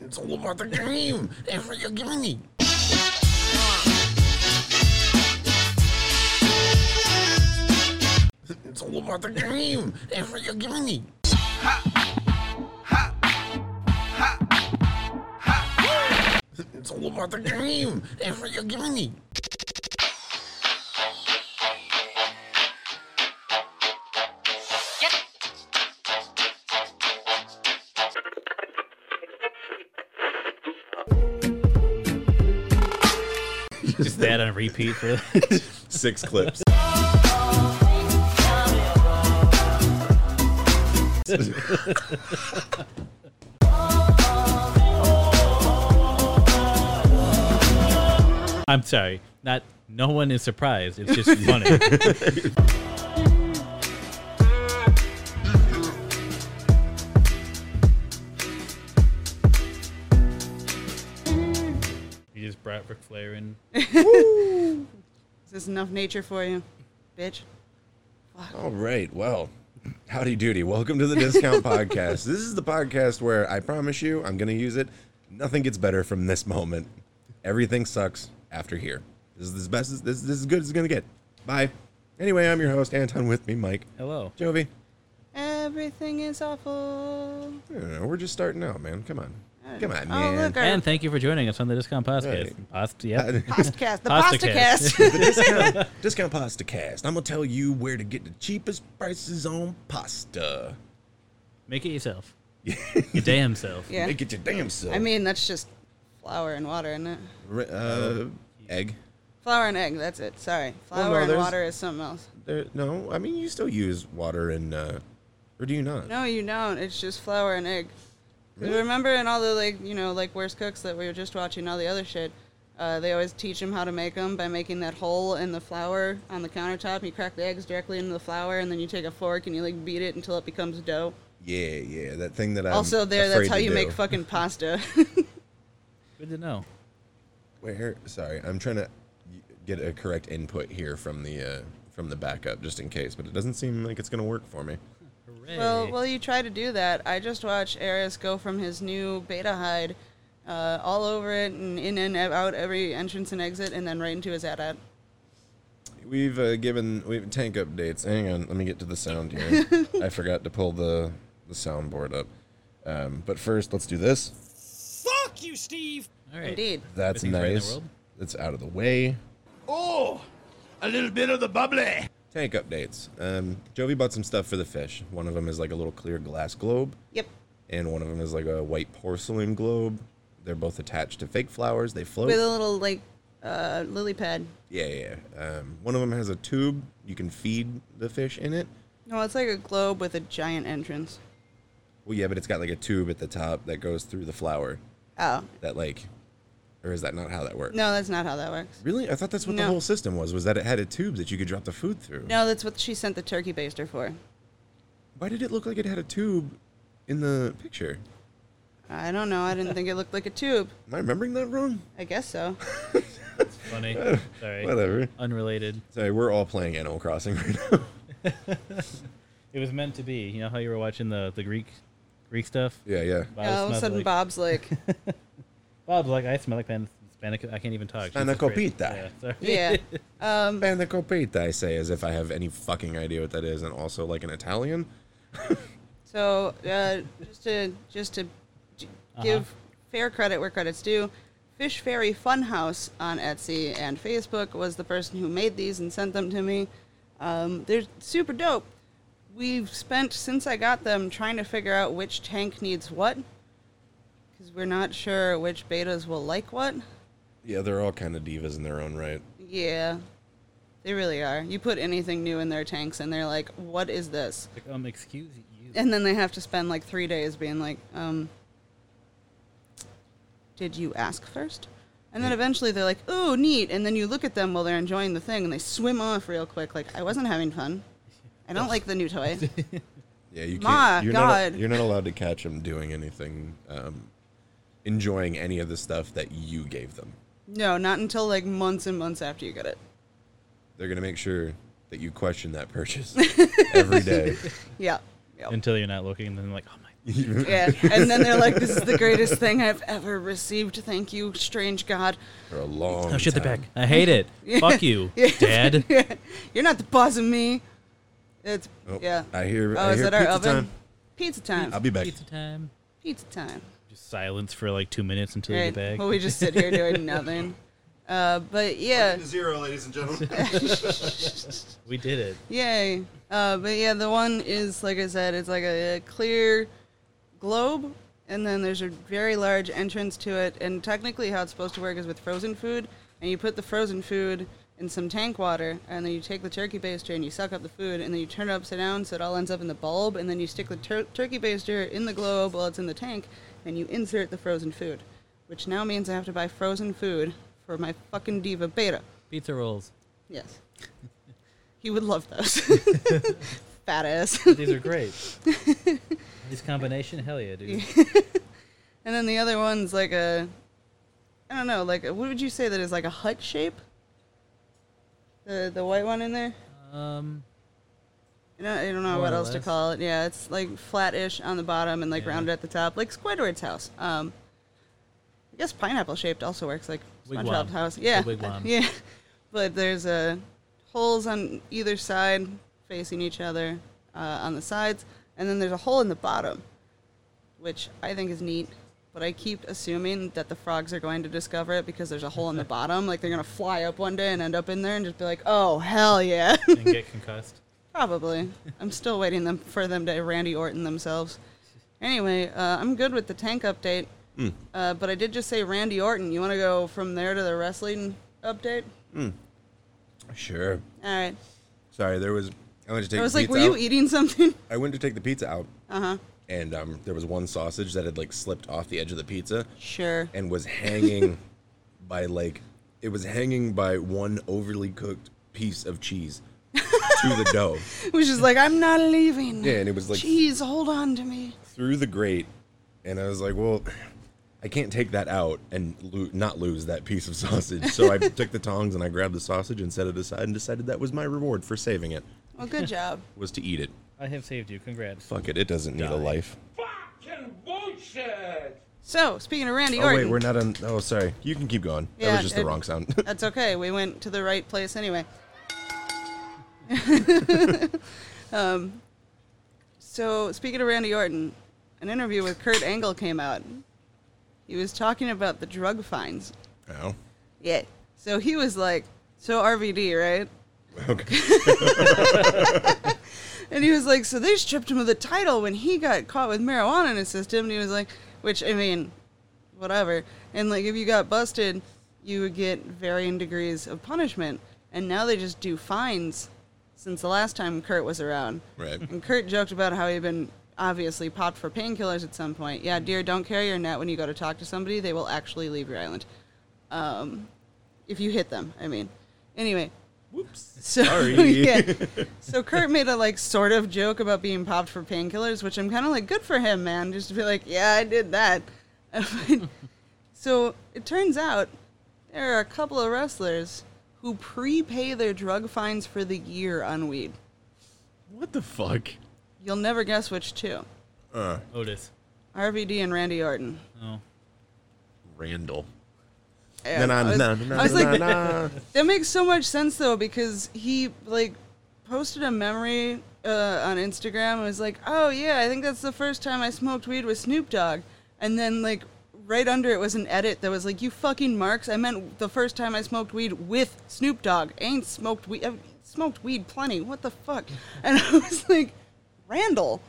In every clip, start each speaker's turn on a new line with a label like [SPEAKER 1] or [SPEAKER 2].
[SPEAKER 1] the game. If you're giving me. It's all about the game. If you're giving me. It's all about the game. If you're giving me.
[SPEAKER 2] Just that on repeat for
[SPEAKER 3] Six clips.
[SPEAKER 2] I'm sorry. Not no one is surprised. It's just funny. you just brought Ric Flair in.
[SPEAKER 4] Is this enough nature for you, bitch?
[SPEAKER 3] All right. Well, howdy doody. Welcome to the Discount Podcast. This is the podcast where I promise you I'm going to use it. Nothing gets better from this moment. Everything sucks after here. This is the best. This, this is as good as it's going to get. Bye. Anyway, I'm your host, Anton, with me, Mike.
[SPEAKER 2] Hello.
[SPEAKER 3] Jovi.
[SPEAKER 4] Everything is awful.
[SPEAKER 3] I don't know, we're just starting out, man. Come on. Come on,
[SPEAKER 4] Oh,
[SPEAKER 3] man.
[SPEAKER 4] look, our
[SPEAKER 2] And thank you for joining us on the Discount Podcast.
[SPEAKER 3] Right.
[SPEAKER 2] Post- yeah.
[SPEAKER 4] postcast, the
[SPEAKER 2] Postcast.
[SPEAKER 4] postcast.
[SPEAKER 3] the discount, discount pasta cast. I'm going to tell you where to get the cheapest prices on pasta.
[SPEAKER 2] Make it yourself. Your damn self.
[SPEAKER 4] yeah.
[SPEAKER 3] Make it your damn self.
[SPEAKER 4] I mean, that's just flour and water, isn't it?
[SPEAKER 3] Re- uh, egg.
[SPEAKER 4] Flour and egg. That's it. Sorry,
[SPEAKER 3] Well,
[SPEAKER 4] flour
[SPEAKER 3] no,
[SPEAKER 4] and
[SPEAKER 3] there's-
[SPEAKER 4] water is something else.
[SPEAKER 3] There, no, I mean you still use water and, uh, or do you not?
[SPEAKER 4] No, you don't. It's just flour and egg. 'Cause Remember in all the like you know like worst cooks that we were just watching all the other shit, uh, they always teach them how to make them by making that hole in the flour on the countertop. You crack the eggs directly into the flour, and then you take a fork and you like beat it until it becomes dough.
[SPEAKER 3] Yeah, yeah, that thing that I.
[SPEAKER 4] also, there that's how you make
[SPEAKER 3] fun.
[SPEAKER 4] fucking pasta.
[SPEAKER 2] Good to know.
[SPEAKER 3] Where? Sorry, I'm trying to get a correct input here from the uh, from the backup just in case, but it doesn't seem like it's gonna work for me.
[SPEAKER 2] Hooray.
[SPEAKER 4] Well, well, you try to do that. I just watched Eris go from his new beta hide, uh, all over it and in and out every entrance and exit, and then right into his ad ad.
[SPEAKER 3] We've uh, given we've tank updates. Hang on, let me get to the sound here. I forgot to pull the the soundboard up. Um, but first, let's do this.
[SPEAKER 5] Fuck you, Steve!
[SPEAKER 2] All right.
[SPEAKER 4] Indeed.
[SPEAKER 3] That's
[SPEAKER 2] Everything's right in the
[SPEAKER 3] nice.
[SPEAKER 2] world.
[SPEAKER 3] It's out of the way.
[SPEAKER 5] Oh, a little bit of the bubbly.
[SPEAKER 3] Tank updates. Um, Jovi bought some stuff for the fish. One of them is like a little clear glass globe,
[SPEAKER 4] Yep.
[SPEAKER 3] and one of them is like a white porcelain globe. They're both attached to fake flowers. They float.
[SPEAKER 4] With a little like uh, lily pad.
[SPEAKER 3] yeah, yeah. yeah. Um, one of them has a tube. You can feed the fish in it.
[SPEAKER 4] No, it's like a globe with a giant entrance.
[SPEAKER 3] Well, yeah, but it's got like a tube at the top that goes through the flower.
[SPEAKER 4] Oh
[SPEAKER 3] That like, or is that not how that works?
[SPEAKER 4] no, that's not how that works.
[SPEAKER 3] Really? I thought that's what the
[SPEAKER 4] No.
[SPEAKER 3] whole system was. Was that it had a tube that you could drop the food through?
[SPEAKER 4] No, that's what she sent the turkey baster for.
[SPEAKER 3] Why did it look like it had a tube in the picture?
[SPEAKER 4] I don't know. I didn't think it looked like a tube.
[SPEAKER 3] Am I remembering that wrong?
[SPEAKER 4] I guess so.
[SPEAKER 2] Funny. Sorry.
[SPEAKER 3] Whatever.
[SPEAKER 2] Unrelated.
[SPEAKER 3] Sorry, we're all playing Animal Crossing right now.
[SPEAKER 2] It was meant to be. You know how you were watching the, the Greek Greek stuff?
[SPEAKER 3] yeah, yeah.
[SPEAKER 2] Bob
[SPEAKER 4] all of a
[SPEAKER 2] smells
[SPEAKER 4] sudden,
[SPEAKER 2] like-
[SPEAKER 4] Bob's like,
[SPEAKER 2] Bob's like, I smell like pan- Hispanic. I can't even talk. Jesus
[SPEAKER 3] Spanakopita.
[SPEAKER 2] Christ. Yeah, sorry.
[SPEAKER 4] yeah.
[SPEAKER 3] And the copita, I say, as if I have any fucking idea what that is, and also like an Italian.
[SPEAKER 4] So uh, just to just to g- give fair credit where credit's due, Fish Fairy Funhouse on Etsy and Facebook was the person who made these and sent them to me. Um, they're super dope. We've spent since I got them trying to figure out which tank needs what, because we're not sure which betas will like what.
[SPEAKER 3] Yeah, they're all kind of divas in their own right.
[SPEAKER 4] Yeah, they really are. You put anything new in their tanks, and they're like, "What is this?"
[SPEAKER 2] Like, um, excuse you.
[SPEAKER 4] And then they have to spend like three days being like, um, did you ask first? And then eventually they're like, oh, neat. And then you look at them while they're enjoying the thing and they swim off real quick. Like, I wasn't having fun. I don't like the new toy.
[SPEAKER 3] Yeah, you can't.
[SPEAKER 4] My
[SPEAKER 3] you're
[SPEAKER 4] God.
[SPEAKER 3] Not, you're not allowed to catch them doing anything, um, enjoying any of the stuff that you gave them.
[SPEAKER 4] No, not until like months and months after you get it.
[SPEAKER 3] They're gonna make sure that you question that purchase every day.
[SPEAKER 4] Yeah. Yep.
[SPEAKER 2] Until you're not looking, and then like, oh my
[SPEAKER 4] Yeah. And then they're like, this is the greatest thing I've ever received. Thank you, strange God.
[SPEAKER 6] for a long.
[SPEAKER 2] Oh shit, they're
[SPEAKER 6] time.
[SPEAKER 2] back. I hate it. Fuck you, Dad.
[SPEAKER 4] You're not the boss of me. It's,
[SPEAKER 6] Oh,
[SPEAKER 4] yeah.
[SPEAKER 6] I hear.
[SPEAKER 4] oh,
[SPEAKER 6] I
[SPEAKER 4] is
[SPEAKER 6] hear
[SPEAKER 4] it our
[SPEAKER 6] pizza
[SPEAKER 4] oven?
[SPEAKER 6] Time.
[SPEAKER 4] Pizza time.
[SPEAKER 6] I'll be back.
[SPEAKER 2] Pizza time.
[SPEAKER 4] Pizza time.
[SPEAKER 2] Just silence for like two minutes until you
[SPEAKER 4] Right.
[SPEAKER 2] get back.
[SPEAKER 4] Well, we just sit here doing nothing. Uh, but yeah,
[SPEAKER 3] Zero, ladies and gentlemen.
[SPEAKER 2] we did it.
[SPEAKER 4] yay. Uh, but yeah, the one is like I said, it's like a, a clear globe, and then there's a very large entrance to it. And technically, how it's supposed to work is with frozen food, and you put the frozen food in some tank water, and then you take the turkey baster and you suck up the food, and then you turn it upside down so it all ends up in the bulb, and then you stick the tur- turkey baster in the globe while it's in the tank, and you insert the frozen food, which now means I have to buy frozen food for my fucking diva beta.
[SPEAKER 2] Pizza rolls.
[SPEAKER 4] Yes. he would love those. Fat ass.
[SPEAKER 2] These are great. These combination, hell yeah, dude.
[SPEAKER 4] and then the other one's like a, I don't know, like a, what would you say that is like a hut shape? The the white one in there.
[SPEAKER 2] Um,
[SPEAKER 4] I don't, I don't know
[SPEAKER 2] More
[SPEAKER 4] what
[SPEAKER 2] or
[SPEAKER 4] else to
[SPEAKER 2] less.
[SPEAKER 4] call it. Yeah, it's like flat-ish on the bottom and like
[SPEAKER 2] Yeah.
[SPEAKER 4] rounded at the top, like Squidward's house. Um, I guess pineapple shaped also works, like
[SPEAKER 2] Wigwam.
[SPEAKER 4] SpongeBob's house.
[SPEAKER 2] It's a
[SPEAKER 4] Yeah,
[SPEAKER 2] wigwam.
[SPEAKER 4] yeah. But there's uh, holes on either side facing each other uh, on the sides, and then there's a hole in the bottom, which I think is neat. But I keep assuming that the frogs are going to discover it because there's a hole in the bottom. Like they're gonna fly up one day and end up in there and just be like, "Oh hell yeah!"
[SPEAKER 2] and get concussed.
[SPEAKER 4] Probably. I'm still waiting them for them to Randy Orton themselves. Anyway, uh, I'm good with the tank update.
[SPEAKER 6] Hmm.
[SPEAKER 4] Uh, but I did just say Randy Orton. You want to go from there to the wrestling update?
[SPEAKER 6] Sure.
[SPEAKER 4] All right.
[SPEAKER 6] Sorry, there was. I went to take.
[SPEAKER 4] I was
[SPEAKER 6] the
[SPEAKER 4] like, were
[SPEAKER 6] pizza
[SPEAKER 4] you
[SPEAKER 6] out.
[SPEAKER 4] eating something? Uh-huh.
[SPEAKER 6] I went to take the pizza out. Uh huh. And um, there was one sausage that had like slipped off the edge of the pizza
[SPEAKER 4] Sure.
[SPEAKER 6] and was hanging by like it was hanging by one overly cooked piece of cheese to the dough
[SPEAKER 4] Which is like, I'm not leaving.
[SPEAKER 6] Yeah, and it was like-
[SPEAKER 4] Jeez, hold on to me.
[SPEAKER 6] through the grate. And I was like, well, I can't take that out and lo- not lose that piece of sausage. So I took the tongs and I grabbed the sausage and set it aside and decided that was my reward for saving it
[SPEAKER 4] Well, good job.
[SPEAKER 6] was to eat it.
[SPEAKER 2] I have saved you. Congrats.
[SPEAKER 6] Fuck it, it doesn't need
[SPEAKER 2] Die.
[SPEAKER 6] a life.
[SPEAKER 7] Fucking bullshit!
[SPEAKER 4] So, speaking of Randy
[SPEAKER 6] Oh
[SPEAKER 4] Orton.
[SPEAKER 6] wait, we're not on. Oh, sorry. You can keep going. that
[SPEAKER 4] Yeah,
[SPEAKER 6] was just the
[SPEAKER 4] it-
[SPEAKER 6] wrong sound.
[SPEAKER 4] That's okay. We went to the right place anyway. um, Um, so, speaking of Randy Orton, an interview with Kurt Angle came out. He was talking about the drug fines.
[SPEAKER 6] Ow.
[SPEAKER 4] Yeah. So he was like, so RVD, right?
[SPEAKER 6] Okay.
[SPEAKER 4] And he was like, so they stripped him of the title when he got caught with marijuana in his system. And he was like, which, I mean, whatever. And like, if you got busted, you would get varying degrees of punishment. And now they just do fines since the last time Kurt was around.
[SPEAKER 6] Right.
[SPEAKER 4] And Kurt joked about how he'd been obviously popped for painkillers at some point. Yeah, dear, don't carry your net when you go to talk to somebody. They will actually leave your island. Um, if you hit them, I mean. Anyway,
[SPEAKER 6] Whoops.
[SPEAKER 4] so,
[SPEAKER 6] Sorry.
[SPEAKER 4] yeah. So Kurt made a like sort of joke about being popped for painkillers, which I'm kind of like, good for him, man. Just to be like, yeah, I did that. so it turns out there are a couple of wrestlers who prepay their drug fines for the year on weed.
[SPEAKER 3] what the fuck?
[SPEAKER 4] You'll never guess which two:
[SPEAKER 6] Uh,
[SPEAKER 2] Otis.
[SPEAKER 4] RVD and Randy Orton.
[SPEAKER 2] Oh.
[SPEAKER 3] Randall.
[SPEAKER 6] na,
[SPEAKER 4] Yeah,
[SPEAKER 6] na,
[SPEAKER 4] I was-
[SPEAKER 6] na, na,
[SPEAKER 4] I was
[SPEAKER 6] na,
[SPEAKER 4] like,
[SPEAKER 6] na.
[SPEAKER 4] That makes so much sense though because he like posted a memory uh, on Instagram and was like, "Oh yeah, I think that's the first time I smoked weed with Snoop Dogg." And then like right under it was an edit that was like, "You fucking marks, I meant the first time I smoked weed with Snoop Dogg. I ain't smoked weed. I've smoked weed plenty. What the fuck?" And I was like, "Randall,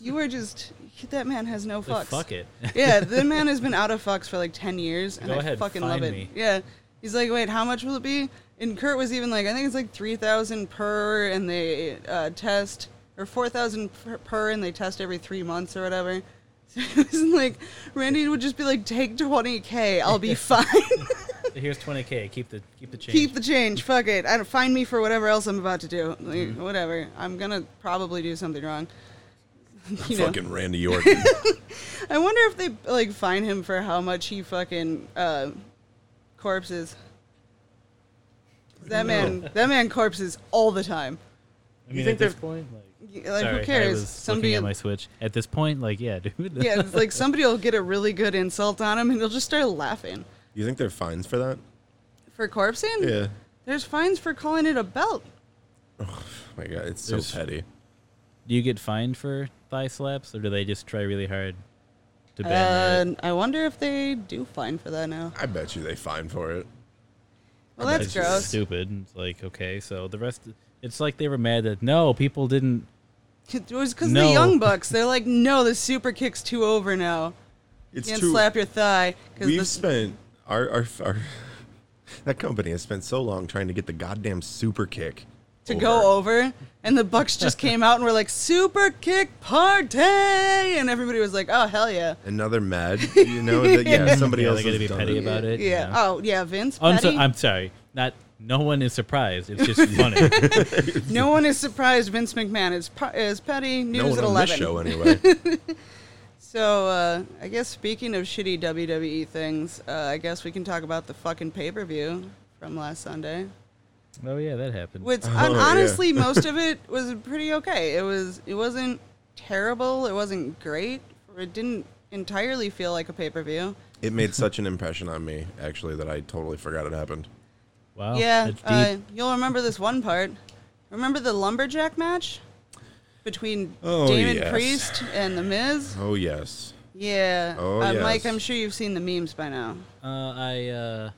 [SPEAKER 4] you are just that man has no
[SPEAKER 2] Like,
[SPEAKER 4] fucks."
[SPEAKER 2] fuck it.
[SPEAKER 4] yeah, the man has been out of fucks for like ten years, and
[SPEAKER 2] Go
[SPEAKER 4] I
[SPEAKER 2] ahead,
[SPEAKER 4] fucking
[SPEAKER 2] fine
[SPEAKER 4] love it.
[SPEAKER 2] me.
[SPEAKER 4] Yeah, he's like, wait, how much will it be? And Kurt was even like, I think it's like three thousand per, and they uh, test or four thousand per, per, and they test every three months or whatever. So it was like, Randy would just be like, take twenty k, I'll be fine.
[SPEAKER 2] Here's 20k. Keep the keep the change.
[SPEAKER 4] Keep the change, fuck it. I don't find me for whatever else I'm about to do. Like,
[SPEAKER 2] Mm-hmm.
[SPEAKER 4] Whatever, I'm gonna probably do something wrong. You know.
[SPEAKER 6] Fucking Randy Orton.
[SPEAKER 4] I wonder if they like fine him for how much he fucking uh, corpses. That man, that man corpses all the time.
[SPEAKER 2] I mean,
[SPEAKER 4] think
[SPEAKER 2] at this
[SPEAKER 4] they're-
[SPEAKER 2] point, like,
[SPEAKER 4] Y- Like
[SPEAKER 2] sorry,
[SPEAKER 4] who
[SPEAKER 2] I
[SPEAKER 4] cares?
[SPEAKER 2] was looking
[SPEAKER 4] Somebody.
[SPEAKER 2] at my Switch. At this point, like, yeah, dude.
[SPEAKER 4] yeah, it's like somebody will get a really good insult on him, and they'll just start laughing.
[SPEAKER 6] You think there are fines for that?
[SPEAKER 4] For corpsing,
[SPEAKER 6] Yeah.
[SPEAKER 4] there's fines for calling it a belt.
[SPEAKER 6] Oh my god, it's so
[SPEAKER 2] There's-
[SPEAKER 6] petty.
[SPEAKER 2] Do you get fined for thigh slaps, or do they just try really hard to ban that?
[SPEAKER 4] Uh, I wonder if they do fine for that now.
[SPEAKER 6] I bet you they fine for it.
[SPEAKER 4] Well, that's
[SPEAKER 2] It's just
[SPEAKER 4] gross.
[SPEAKER 2] Stupid. and It's like okay, so the rest. It's like they were mad that no people didn't.
[SPEAKER 4] It was because the
[SPEAKER 2] No.
[SPEAKER 4] young bucks. They're like, no, the super kick's too over now.
[SPEAKER 6] It's
[SPEAKER 4] Can't
[SPEAKER 6] too.
[SPEAKER 4] slap your thigh.
[SPEAKER 6] we've
[SPEAKER 4] this-
[SPEAKER 6] spent our our, our that company has spent so long trying to get the goddamn super kick
[SPEAKER 4] to go over, and the bucks just came out and were like, super kick party, and everybody was like, oh hell yeah.
[SPEAKER 6] Another med, you know that yeah somebody
[SPEAKER 2] Yeah,
[SPEAKER 6] else
[SPEAKER 2] they gotta
[SPEAKER 6] has
[SPEAKER 2] be
[SPEAKER 6] done
[SPEAKER 2] petty
[SPEAKER 6] it.
[SPEAKER 2] about it.
[SPEAKER 4] Yeah.
[SPEAKER 2] you know?
[SPEAKER 4] Oh yeah, Vince.
[SPEAKER 2] I'm, so,
[SPEAKER 4] Petty?
[SPEAKER 2] I'm sorry. Not no one is surprised. It's just funny.
[SPEAKER 4] no one is surprised Vince McMahon is pa- is petty. News
[SPEAKER 6] No one
[SPEAKER 4] at
[SPEAKER 6] on
[SPEAKER 4] eleven.
[SPEAKER 6] this show anyway.
[SPEAKER 4] So uh, I guess speaking of shitty WWE things, uh, I guess we can talk about the fucking pay per view from last Sunday.
[SPEAKER 2] oh yeah, that happened.
[SPEAKER 4] Which
[SPEAKER 6] Oh,
[SPEAKER 4] hon-
[SPEAKER 6] yeah.
[SPEAKER 4] honestly, most of it was pretty okay. It was it wasn't terrible. It wasn't great. It didn't entirely feel like a pay per view.
[SPEAKER 6] it made such an impression on me actually that I totally forgot it happened.
[SPEAKER 2] wow.
[SPEAKER 4] yeah,
[SPEAKER 2] Oh, That's deep.
[SPEAKER 4] uh, you'll remember this one part. Remember the lumberjack match between
[SPEAKER 6] Oh,
[SPEAKER 4] Damon
[SPEAKER 6] yes.
[SPEAKER 4] Priest and The Miz?
[SPEAKER 6] Oh yes,
[SPEAKER 4] Yeah.
[SPEAKER 6] Oh,
[SPEAKER 4] uh, Mike,
[SPEAKER 6] yes.
[SPEAKER 4] I'm sure you've seen the memes by now.
[SPEAKER 2] uh, I uh,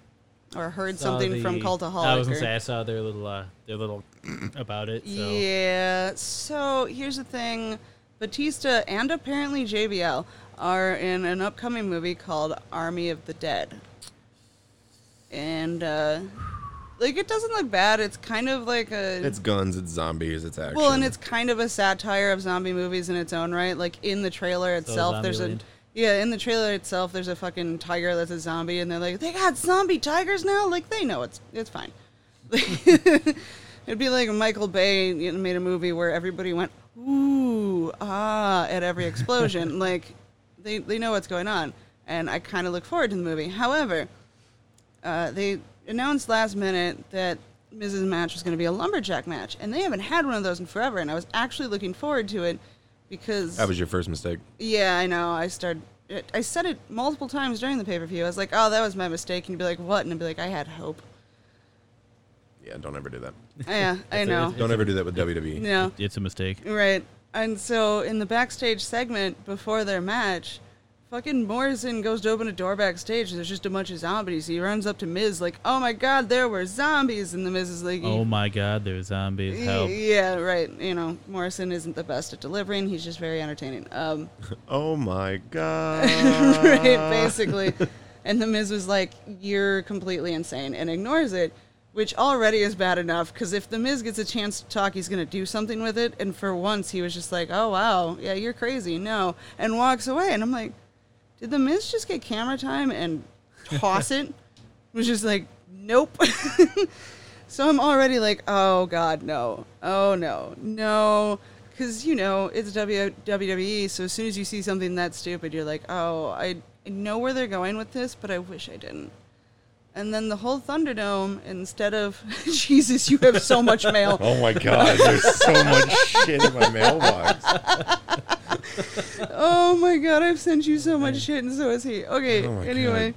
[SPEAKER 4] Or heard
[SPEAKER 2] saw
[SPEAKER 4] something from
[SPEAKER 2] the-
[SPEAKER 4] Cultaholic.
[SPEAKER 2] I was gonna
[SPEAKER 4] or-
[SPEAKER 2] say I saw their little uh, their little about it. So.
[SPEAKER 4] Yeah. So here's the thing Batista and apparently JBL are in an upcoming movie called Army of the Dead. And, uh, like, it doesn't look bad. It's kind of like a.
[SPEAKER 6] it's guns, it's zombies, it's action.
[SPEAKER 4] well, and it's kind of a satire of zombie movies in its own right. Like, in the trailer itself, there's a.
[SPEAKER 2] Zombieland.
[SPEAKER 4] Yeah, in the trailer itself, there's a fucking tiger that's a zombie, and they're like, they got zombie tigers now. Like they know it's it's fine. It'd be like if Michael Bay you know, made a movie where everybody went ooh ah at every explosion. like they they know what's going on, and I kind of look forward to the movie. However, uh, they announced last minute that Mrs. Match was going to be a lumberjack match, and they haven't had one of those in forever. And I was actually looking forward to it because
[SPEAKER 6] that was your first mistake.
[SPEAKER 4] yeah, I know. I started. It, I said it multiple times during the pay per view. I was like, "Oh, that was my mistake," and you'd be like, "What?" And I'd be like, "I had hope."
[SPEAKER 6] Yeah, don't ever do that.
[SPEAKER 4] Yeah, I know.
[SPEAKER 6] Don't ever do that with E. WWE.
[SPEAKER 4] No,
[SPEAKER 2] It's a mistake.
[SPEAKER 4] right. And so in the backstage segment before their match, fucking Morrison goes to open a door backstage. And there's just a bunch of zombies. He runs up to Miz like, "Oh my God, there were zombies!" And the Miz is like,
[SPEAKER 2] Oh my God, there's zombies. Help.
[SPEAKER 4] "Yeah, right." You know, Morrison isn't the best at delivering. He's just very entertaining. Um,
[SPEAKER 6] Oh my god.
[SPEAKER 4] right, basically. and the Miz was like, "You're completely insane," and ignores it, which already is bad enough. Because if the Miz gets a chance to talk, he's gonna do something with it. And for once, he was just like, "Oh wow, yeah, you're crazy," no, and walks away. And I'm like, "Did the Miz just get camera time and toss it?" It was just like, "Nope." so I'm already like, "Oh God, no! Oh no, no!" Because you know it's W- WWE, so as soon as you see something that stupid, you're like, "Oh, I I know where they're going with this, but I wish I didn't." And then the whole Thunderdome, instead of Jesus, you have so much mail.
[SPEAKER 6] Oh my god, there's so much shit in my mailbox.
[SPEAKER 4] oh my god, I've sent you so much shit, and so has he. Okay,
[SPEAKER 6] Oh my
[SPEAKER 4] anyway,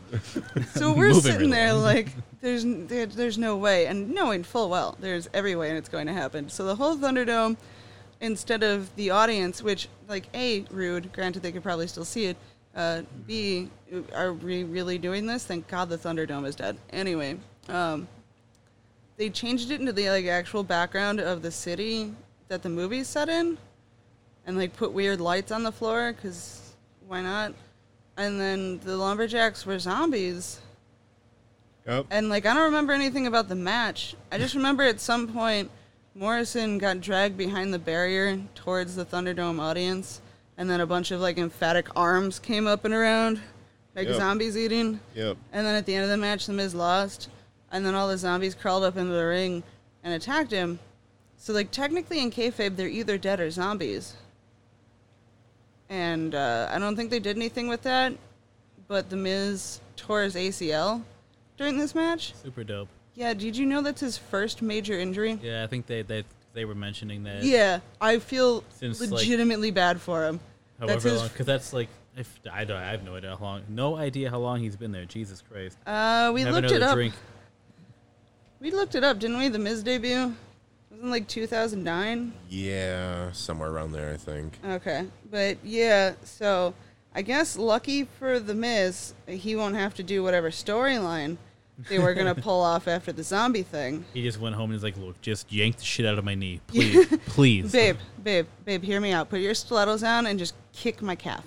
[SPEAKER 4] so we're
[SPEAKER 2] Moving
[SPEAKER 4] sitting there
[SPEAKER 2] along.
[SPEAKER 4] like, there's n- there, there's no way, and knowing full well there's every way, and it's going to happen. So the whole Thunderdome, instead of the audience, which like a rude, granted they could probably still see it. Uh, B, are we really doing this? Thank God the Thunderdome is dead. Anyway, um, they changed it into the like actual background of the city that the movie's set in and like put weird lights on the floor because why not? And then the lumberjacks were zombies.
[SPEAKER 6] Yep.
[SPEAKER 4] And like I don't remember anything about the match. I just remember at some point Morrison got dragged behind the barrier towards the Thunderdome audience, and then a bunch of like emphatic arms came up and around, like
[SPEAKER 6] Yep.
[SPEAKER 4] zombies eating.
[SPEAKER 6] Yep.
[SPEAKER 4] And then at the end of the match, the Miz lost, and then all the zombies crawled up into the ring and attacked him. So like technically in kayfabe, they're either dead or zombies. And uh, I don't think they did anything with that, but the Miz tore his ACL during this match.
[SPEAKER 2] Super dope.
[SPEAKER 4] Yeah, did you know that's his first major injury?
[SPEAKER 2] Yeah, I think they they they were mentioning that.
[SPEAKER 4] Yeah, I feel
[SPEAKER 2] Since, like-
[SPEAKER 4] legitimately bad for him. That's
[SPEAKER 2] However
[SPEAKER 4] his.
[SPEAKER 2] long, because that's like if I don't, I have no idea how long, no idea how long he's been there. Jesus Christ.
[SPEAKER 4] Uh, we
[SPEAKER 2] have
[SPEAKER 4] looked
[SPEAKER 2] another
[SPEAKER 4] it up.
[SPEAKER 2] drink.
[SPEAKER 4] We looked it up, didn't we? The Miz debut wasn't like 2009.
[SPEAKER 6] Yeah, somewhere around there, I think.
[SPEAKER 4] Okay, but yeah, so I guess lucky for the Miz, he won't have to do whatever storyline they were gonna pull off after the zombie thing.
[SPEAKER 2] He just went home and he's like, "Look, just yank the shit out of my knee, please, please."
[SPEAKER 4] Babe, babe, babe, hear me out. Put your stilettos on and just kick my calf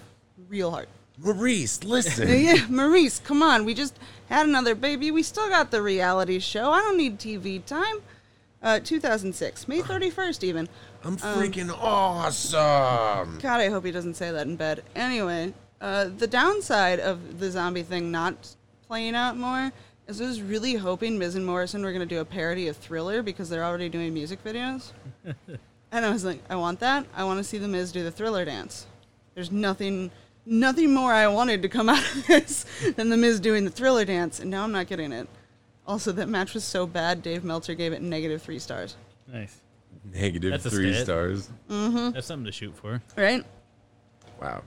[SPEAKER 4] real hard. Uh,
[SPEAKER 6] Maurice, listen.
[SPEAKER 4] yeah, Maurice, come on. We just had another baby. We still got the reality show. I don't need TV time. Uh, 2006, May 31st, even.
[SPEAKER 6] I'm freaking awesome.
[SPEAKER 4] God, I hope he doesn't say that in bed. Anyway, uh, the downside of the zombie thing not playing out more is I was really hoping Miz and Morrison were going to do a parody of Thriller because they're already doing music videos. and I was like, I want that. I want to see the Miz do the Thriller dance. There's nothing, nothing more I wanted to come out of this than the Miz doing the Thriller dance, and now I'm not getting it. Also, that match was so bad, Dave Meltzer gave it negative three stars.
[SPEAKER 2] Nice.
[SPEAKER 6] Negative
[SPEAKER 2] That's a
[SPEAKER 6] three
[SPEAKER 2] stat.
[SPEAKER 6] stars.
[SPEAKER 2] That's something to shoot for.
[SPEAKER 4] Right?
[SPEAKER 6] Wow.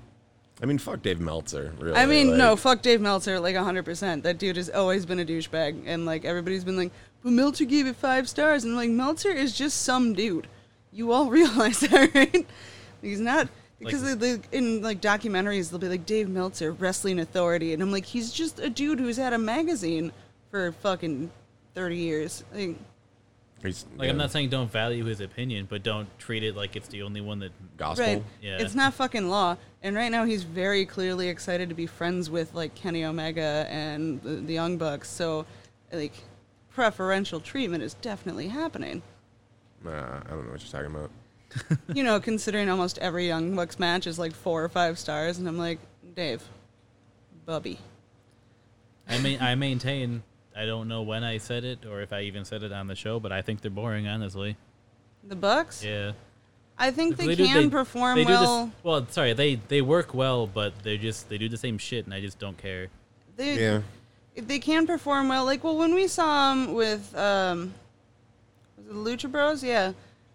[SPEAKER 6] I mean, fuck Dave Meltzer, really.
[SPEAKER 4] I mean, no,
[SPEAKER 6] like-
[SPEAKER 4] fuck Dave Meltzer, like 100%. That dude has always been a douchebag. And, like, everybody's been like, but Meltzer gave it five stars. And, I'm like, Meltzer is just some dude. You all realize that, right? He's not. Because
[SPEAKER 2] Like-
[SPEAKER 4] they, they, in, like, documentaries, they'll be like, Dave Meltzer, wrestling authority. And I'm like, he's just a dude who's had a magazine for fucking 30 years. Like,
[SPEAKER 6] He's-
[SPEAKER 2] Like, I'm
[SPEAKER 6] yeah.
[SPEAKER 2] not saying don't value his opinion, but don't treat it like it's the only one that.
[SPEAKER 6] gospel.
[SPEAKER 4] right.
[SPEAKER 2] Yeah.
[SPEAKER 4] It's not fucking law. And right now, he's very clearly excited to be friends with like Kenny Omega and the the Young Bucks. So, like, preferential treatment is definitely happening.
[SPEAKER 6] Nah, I don't know what you're talking about.
[SPEAKER 4] you know, considering almost every Young Bucks match is like four or five stars, and I'm like, Dave, Bubby.
[SPEAKER 2] I mean, I maintain. I don't know when I said it or if I even said it on the show, but I think they're boring, honestly.
[SPEAKER 4] The Bucks?
[SPEAKER 2] Yeah.
[SPEAKER 4] I think they,
[SPEAKER 2] do-
[SPEAKER 4] can perform
[SPEAKER 2] they do this-
[SPEAKER 4] well.
[SPEAKER 2] well, sorry, they they work well, but they just they do the same shit, and I just don't care.
[SPEAKER 4] They,
[SPEAKER 6] Yeah.
[SPEAKER 4] they can perform well. Like, well, when we saw them with, um, was it the Lucha Bros? Yeah.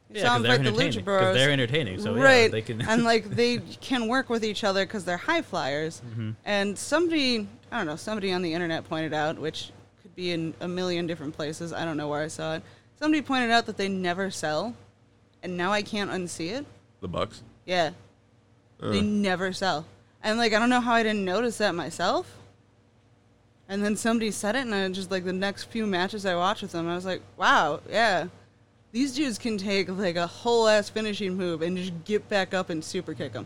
[SPEAKER 4] We
[SPEAKER 2] Yeah,
[SPEAKER 4] saw 'em
[SPEAKER 2] because they're
[SPEAKER 4] fight the
[SPEAKER 2] entertaining.
[SPEAKER 4] Lucha
[SPEAKER 2] 'cause
[SPEAKER 4] Bros.
[SPEAKER 2] they're entertaining, so
[SPEAKER 4] right.
[SPEAKER 2] yeah, they can.
[SPEAKER 4] and like they can work with each other because they're high flyers.
[SPEAKER 2] Mm-hmm.
[SPEAKER 4] And somebody, I don't know, somebody on the internet pointed out, which could be in a million different places. I don't know where I saw it. Somebody pointed out that they never sell, and now I can't unsee it.
[SPEAKER 6] The Bucks.
[SPEAKER 4] Yeah, they never sell. And like I don't know how I didn't notice that myself. And then somebody said it, and I just like the next few matches I watched with them, I was like, wow, yeah. These dudes can take like a whole ass finishing move and just get back up and super kick them.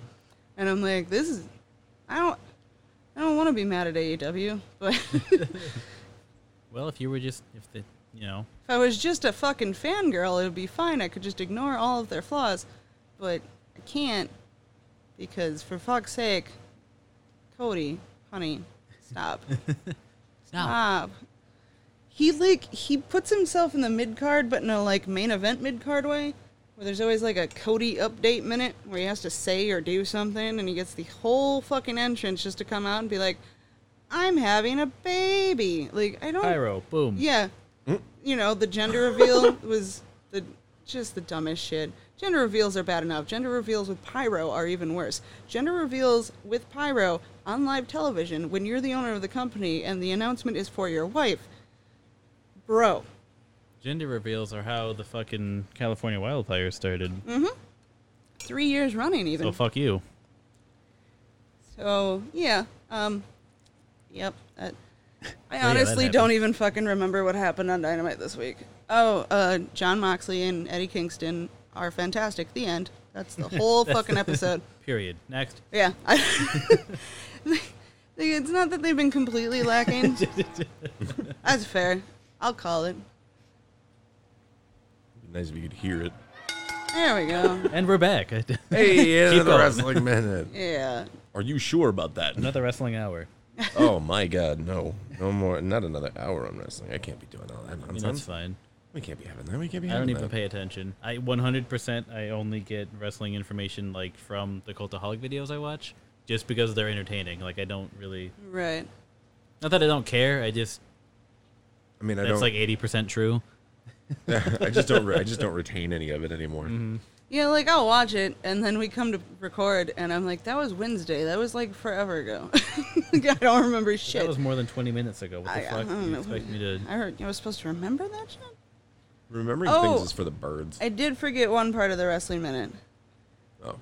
[SPEAKER 4] And I'm like, this is, I don't, I don't want to be mad at AEW, but if
[SPEAKER 2] well, if you were just if the you know
[SPEAKER 4] I was just a fucking fangirl, it would be fine. I could just ignore all of their flaws, but I can't because for fuck's sake, Cody, honey, stop. Stop. He like he puts himself in the mid card, but in a like main event mid card way, where there's always like a Cody update minute where he has to say or do something, and he gets the whole fucking entrance just to come out and be like, "I'm having a baby." Like I don't.
[SPEAKER 2] Pyro, boom.
[SPEAKER 4] Yeah. You know the gender reveal was the just the dumbest shit. Gender reveals are bad enough. Gender reveals with pyro are even worse. Gender reveals with pyro on live television when you're the owner of the company and the announcement is for your wife. Bro,
[SPEAKER 2] Gender reveals are how the fucking California wildfires started.
[SPEAKER 4] three years running even.
[SPEAKER 2] So fuck you.
[SPEAKER 4] So yeah, um, yep. That, I
[SPEAKER 2] that
[SPEAKER 4] honestly
[SPEAKER 2] happened.
[SPEAKER 4] don't even fucking remember what happened on Dynamite this week. Oh, uh, John Moxley and Eddie Kingston are fantastic. The end. That's the whole fucking episode.
[SPEAKER 2] Period. Next.
[SPEAKER 4] Yeah. I, Like, it's not that they've been completely lacking. That's fair. I'll call it.
[SPEAKER 6] It'd be nice if you could hear it.
[SPEAKER 4] There we go.
[SPEAKER 2] And we're back.
[SPEAKER 6] Hey,
[SPEAKER 2] Keep
[SPEAKER 6] another
[SPEAKER 2] going.
[SPEAKER 6] wrestling minute.
[SPEAKER 4] Yeah.
[SPEAKER 6] Are you sure about that?
[SPEAKER 2] Another wrestling hour.
[SPEAKER 6] oh my god, no. No more. Not another hour on wrestling. I can't be doing all that
[SPEAKER 2] I mean, that's
[SPEAKER 6] nonsense.
[SPEAKER 2] fine.
[SPEAKER 6] we can't be having that. We can't be
[SPEAKER 2] I don't
[SPEAKER 6] having
[SPEAKER 2] even
[SPEAKER 6] that.
[SPEAKER 2] pay attention. I 100% I only get wrestling information like from the Cultaholic videos I watch just because they're entertaining. Like I don't really
[SPEAKER 4] Right.
[SPEAKER 2] not that I don't care, I just
[SPEAKER 6] I mean, I
[SPEAKER 2] that's
[SPEAKER 6] don't.
[SPEAKER 2] like 80% true.
[SPEAKER 3] I just don't. Re- I just don't retain any of it anymore.
[SPEAKER 2] Mm-hmm.
[SPEAKER 4] Yeah, like I'll watch it, and then we come to record, and I'm like, that was Wednesday. That was like forever ago. Like, I don't remember shit.
[SPEAKER 2] That was more than 20 minutes ago. What the
[SPEAKER 4] I- I
[SPEAKER 2] fuck?
[SPEAKER 4] don't
[SPEAKER 2] you
[SPEAKER 4] know.
[SPEAKER 2] expect me to?
[SPEAKER 4] I heard I was supposed to remember that shit.
[SPEAKER 3] Remembering
[SPEAKER 4] Oh.
[SPEAKER 3] things is for the birds.
[SPEAKER 4] I did forget one part of the wrestling minute.
[SPEAKER 3] oh,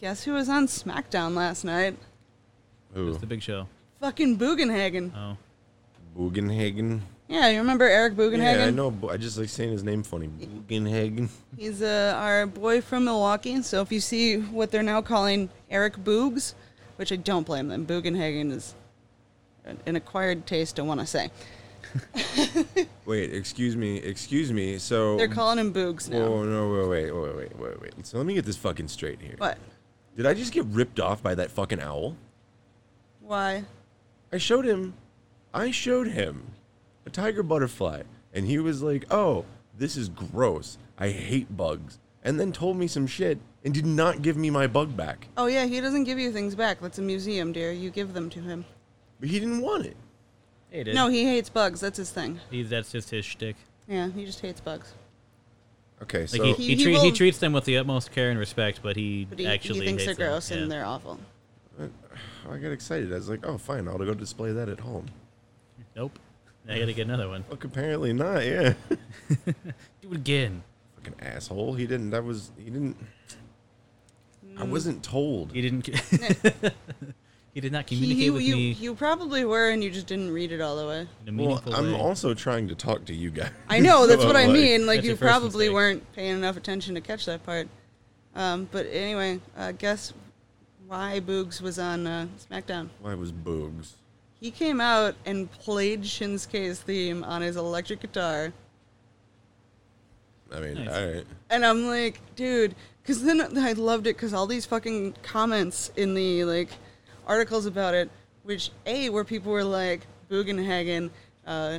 [SPEAKER 4] Guess who was on SmackDown last night?
[SPEAKER 3] ooh,
[SPEAKER 2] It's the big show.
[SPEAKER 4] Fucking Bugenhagen.
[SPEAKER 2] Oh,
[SPEAKER 3] Bugenhagen.
[SPEAKER 4] Yeah, you remember Eric Bugenhagen?
[SPEAKER 3] Yeah, I know. but I just like saying his name funny. Bugenhagen.
[SPEAKER 4] He's uh, our boy from Milwaukee. So if you see what they're now calling Eric Boogs, which I don't blame them, Bugenhagen is an- an acquired taste, I want to say.
[SPEAKER 3] Wait, excuse me, excuse me. So
[SPEAKER 4] They're calling him Boogs now.
[SPEAKER 3] Oh no! Wait, wait, wait, wait, wait, wait. So let me get this fucking straight here.
[SPEAKER 4] What?
[SPEAKER 3] Did I just get ripped off by that fucking owl?
[SPEAKER 4] Why?
[SPEAKER 3] I showed him, I showed him a tiger butterfly, and he was like, "Oh, this is gross. I hate bugs," and then told me some shit and did not give me my bug back.
[SPEAKER 4] Oh, yeah, he doesn't give you things back. That's a museum, dear. You give them to him.
[SPEAKER 3] But he didn't want it.
[SPEAKER 2] hey, it is.
[SPEAKER 4] No, he hates bugs. That's his thing.
[SPEAKER 2] he, that's just his shtick.
[SPEAKER 4] Yeah, he just hates bugs.
[SPEAKER 3] Okay,
[SPEAKER 2] Like
[SPEAKER 3] so
[SPEAKER 2] he,
[SPEAKER 4] He-
[SPEAKER 2] he,
[SPEAKER 4] he
[SPEAKER 2] treat, he
[SPEAKER 4] will-
[SPEAKER 2] treats them with the utmost care and respect, but he
[SPEAKER 4] But he,
[SPEAKER 2] actually
[SPEAKER 4] he thinks they're
[SPEAKER 2] hates
[SPEAKER 4] gross
[SPEAKER 2] them.
[SPEAKER 4] and
[SPEAKER 2] yeah.
[SPEAKER 4] they're awful.
[SPEAKER 3] I got excited. I was like, "Oh, fine, I'll go display that at home."
[SPEAKER 2] Nope. I gotta get another one.
[SPEAKER 3] Look, apparently not. Yeah.
[SPEAKER 2] Do it again.
[SPEAKER 3] fucking asshole. He didn't. That was. He didn't. I wasn't told.
[SPEAKER 2] Mm. He didn't. he did not
[SPEAKER 4] He,
[SPEAKER 2] communicate
[SPEAKER 4] you-
[SPEAKER 2] with
[SPEAKER 4] you,
[SPEAKER 2] me
[SPEAKER 4] you probably were, and you just didn't read it all the way.
[SPEAKER 2] in a
[SPEAKER 3] Well,
[SPEAKER 2] meaningful
[SPEAKER 3] I'm
[SPEAKER 2] way.
[SPEAKER 3] also trying to talk to you guys.
[SPEAKER 4] I know that's
[SPEAKER 3] So,
[SPEAKER 4] what I
[SPEAKER 3] like,
[SPEAKER 4] mean. Like
[SPEAKER 2] That's
[SPEAKER 4] you
[SPEAKER 2] your first
[SPEAKER 4] probably
[SPEAKER 2] mistake.
[SPEAKER 4] weren't paying enough attention to catch that part. Um, but anyway, uh, guess why Boogs was on uh, SmackDown?
[SPEAKER 3] Why was Boogs?
[SPEAKER 4] He came out and played Shinsuke's theme on his electric guitar,
[SPEAKER 3] I mean,
[SPEAKER 2] Nice.
[SPEAKER 3] all right.
[SPEAKER 4] and I'm like, dude, because then I loved it because all these fucking comments in the like articles about it, which a where people were like Bugenhagen. Uh,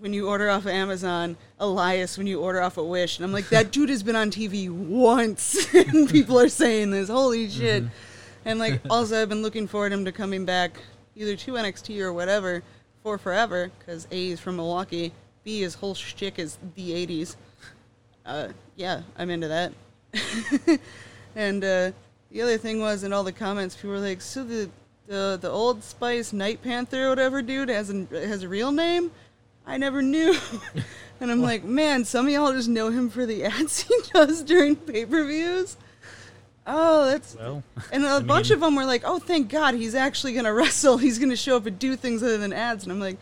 [SPEAKER 4] when you order off of Amazon, Elias, when you order off of Wish. And I'm like, that dude has been on TV once. and people are saying this. Holy shit. And like, also, I've been looking forward to him to coming back either to NXT or whatever for forever because A is from Milwaukee, B, his whole shtick is the 80s. Uh, yeah, I'm into that. and uh, the other thing was, in all the comments, people were like, so the. The, the old Spice Night Panther or whatever dude has a, has a real name? I never knew. and I'm like, man, some of y'all just know him for the ads he does during pay per views. Oh, that's.
[SPEAKER 2] Well,
[SPEAKER 4] and a
[SPEAKER 2] I
[SPEAKER 4] bunch
[SPEAKER 2] mean-
[SPEAKER 4] of them were like, oh, thank God he's actually going to wrestle. He's going to show up and do things other than ads. And I'm like,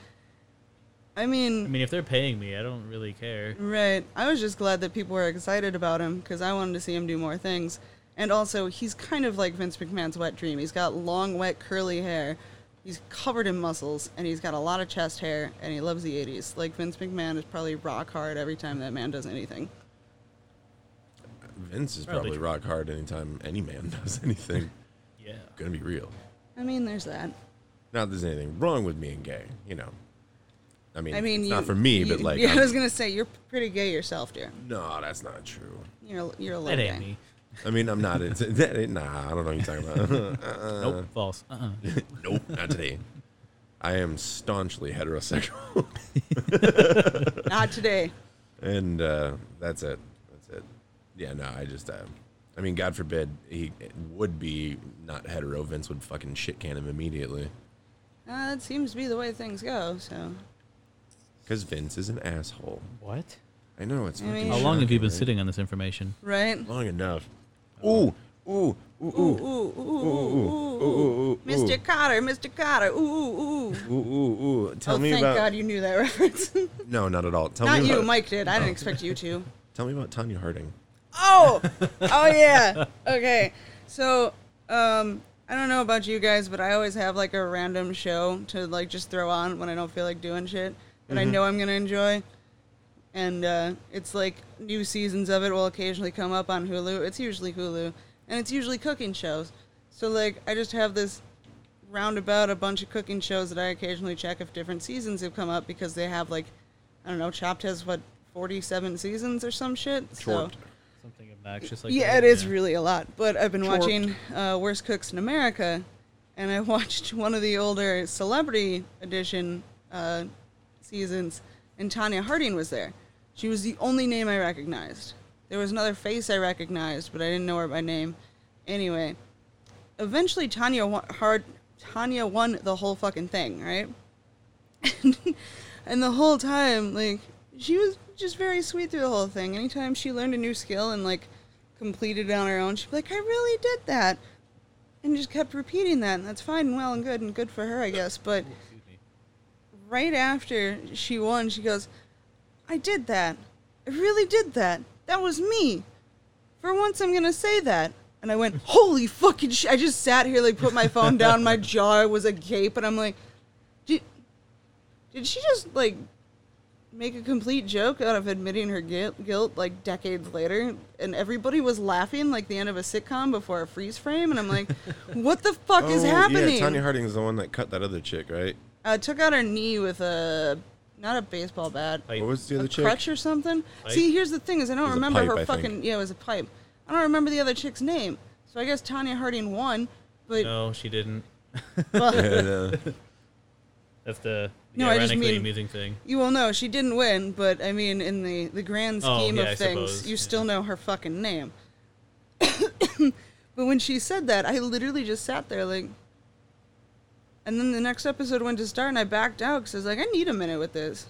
[SPEAKER 4] I mean,
[SPEAKER 2] I mean, if they're paying me, I don't really care.
[SPEAKER 4] right. I was just glad that people were excited about him because I wanted to see him do more things. And also, he's kind of like Vince McMahon's wet dream. He's got long, wet, curly hair. He's covered in muscles, and he's got a lot of chest hair, and he loves the 80s. Like, Vince McMahon is probably rock hard every time that man does anything.
[SPEAKER 3] Vince is
[SPEAKER 2] Probably
[SPEAKER 3] probably rock hard anytime any man does anything.
[SPEAKER 2] Yeah.
[SPEAKER 3] Gonna be real.
[SPEAKER 4] I mean, there's that.
[SPEAKER 3] Not that there's anything wrong with being gay, you know. I mean,
[SPEAKER 4] I mean,
[SPEAKER 3] it's
[SPEAKER 4] you,
[SPEAKER 3] not for me,
[SPEAKER 4] you-
[SPEAKER 3] but like,
[SPEAKER 4] yeah, I
[SPEAKER 3] I'm-
[SPEAKER 4] was gonna say you're pretty gay yourself, dear.
[SPEAKER 3] no, that's not true.
[SPEAKER 4] You're a- you're a little
[SPEAKER 2] That ain't
[SPEAKER 4] gay.
[SPEAKER 2] me.
[SPEAKER 3] I mean, I'm not. It's, that ain't, nah, I don't know what you're talking about.
[SPEAKER 2] Nope. False. Uh. uh
[SPEAKER 3] nope, not today. I am staunchly heterosexual,
[SPEAKER 4] Not today.
[SPEAKER 3] and uh, that's it. That's it. Yeah, no, I just, uh, I mean, God forbid he would be not hetero. Vince would fucking shit can him immediately.
[SPEAKER 4] Uh, that seems to be the way things go. So
[SPEAKER 3] Because Vince is an asshole.
[SPEAKER 2] What?
[SPEAKER 3] I know it's.
[SPEAKER 4] I mean-
[SPEAKER 3] fucking
[SPEAKER 2] How long have you
[SPEAKER 3] shocking,
[SPEAKER 2] been
[SPEAKER 3] right?
[SPEAKER 2] sitting on this information?
[SPEAKER 4] right.
[SPEAKER 3] Long enough. Ooh, ooh, ooh,
[SPEAKER 4] Oh. Ooh
[SPEAKER 3] ooh, ooh,
[SPEAKER 4] ooh ooh ooh
[SPEAKER 3] ooh,
[SPEAKER 4] ooh
[SPEAKER 3] ooh,
[SPEAKER 4] ooh.
[SPEAKER 3] ooh.
[SPEAKER 4] Mr. Cotter, Mr. Cotter. Ooh ooh ooh.
[SPEAKER 3] ooh, ooh, ooh. Tell
[SPEAKER 4] oh,
[SPEAKER 3] me
[SPEAKER 4] thank
[SPEAKER 3] about.
[SPEAKER 4] God you knew that reference.
[SPEAKER 3] No, not at all. Tell
[SPEAKER 4] Not
[SPEAKER 3] me
[SPEAKER 4] you,
[SPEAKER 3] about. Oh.
[SPEAKER 4] Mike did. I didn't expect you to.
[SPEAKER 3] Tell me about Tanya Harding.
[SPEAKER 4] Oh, oh yeah. Okay. So, um, I don't know about you guys, but I always have like a random show to like just throw on when I don't feel like doing shit that I know I'm gonna enjoy. And uh, it's like new seasons of it will occasionally come up on Hulu. It's usually Hulu, and it's usually cooking shows. So like I just have this roundabout a bunch of cooking shows that I occasionally check if different seasons have come up because they have like I don't know, Chopped has what forty seven seasons or some shit. So
[SPEAKER 3] Chorped.
[SPEAKER 2] Something obnoxious like
[SPEAKER 4] yeah,
[SPEAKER 2] that?
[SPEAKER 4] it is
[SPEAKER 2] Yeah.
[SPEAKER 4] really a lot. But I've been watching uh, Worst Cooks in America, and I watched one of the older Celebrity Edition uh, seasons, and Tanya Harding was there. She was the only name I recognized. There was another face I recognized, but I didn't know her by name. Anyway, eventually Tanya won, hard Tanya won the whole fucking thing, right? and the whole time, like she was just very sweet through the whole thing. Anytime she learned a new skill and like completed it on her own, she'd be like, "I really did that," and just kept repeating that. And that's fine and well and good and good for her, I guess. But
[SPEAKER 2] Excuse me.
[SPEAKER 4] right after she won, she goes, I did that. I really did that. That was me. For once, I'm going to say that. And I went, holy fucking shit. I just sat here, like, put my phone down. My jaw was agape. And I'm like, did, did she just, like, make a complete joke out of admitting her guil- guilt, like, decades later? And everybody was laughing, like, the end of a sitcom before a freeze frame. And I'm like, what the fuck is happening?
[SPEAKER 3] Oh, Yeah, Tanya Harding is the one that cut that other chick, right?
[SPEAKER 4] uh, took out her knee with a not a baseball bat,
[SPEAKER 2] Pipe.
[SPEAKER 3] What was the
[SPEAKER 4] a
[SPEAKER 3] other chick?
[SPEAKER 4] crutch or something.
[SPEAKER 2] Pipe?
[SPEAKER 4] See, here's the thing: is I don't
[SPEAKER 3] was a
[SPEAKER 4] remember
[SPEAKER 3] pipe,
[SPEAKER 4] her
[SPEAKER 3] I think.
[SPEAKER 4] fucking. Yeah, it was a pipe. I don't remember the other chick's name. So I guess Tanya Harding won, but
[SPEAKER 2] No, she didn't.
[SPEAKER 4] well,
[SPEAKER 3] And, uh,
[SPEAKER 2] That's the, the
[SPEAKER 4] No, I just
[SPEAKER 2] ironically
[SPEAKER 4] mean-
[SPEAKER 2] amusing thing.
[SPEAKER 4] you will know she didn't win. But I mean, in the the grand
[SPEAKER 2] Oh,
[SPEAKER 4] scheme
[SPEAKER 2] yeah,
[SPEAKER 4] of
[SPEAKER 2] I
[SPEAKER 4] things,
[SPEAKER 2] suppose,
[SPEAKER 4] you
[SPEAKER 2] yeah.
[SPEAKER 4] still know her fucking name. but when she said that, I literally just sat there like. And then the next episode went to start, and I backed out because I was like, I need a minute with this.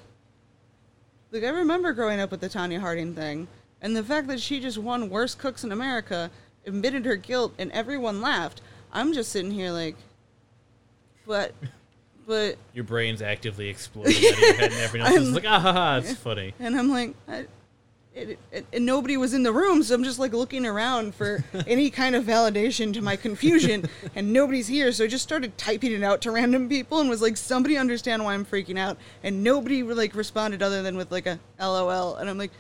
[SPEAKER 4] Like I remember growing up with the Tanya Harding thing, and the fact that she just won Worst Cooks in America, admitted her guilt, and everyone laughed. I'm just sitting here like, but, but,
[SPEAKER 2] Your brain's actively exploding out of your head, and everyone else is
[SPEAKER 4] I'm-
[SPEAKER 2] like, ah, ha, ha, it's funny.
[SPEAKER 4] and I'm like, I, it, it, and nobody was in the room, so I'm just like looking around for any kind of validation to my confusion, and nobody's here, so I just started typing it out to random people and was like, somebody understand why I'm freaking out, and nobody like responded other than with like a LOL, and I'm like.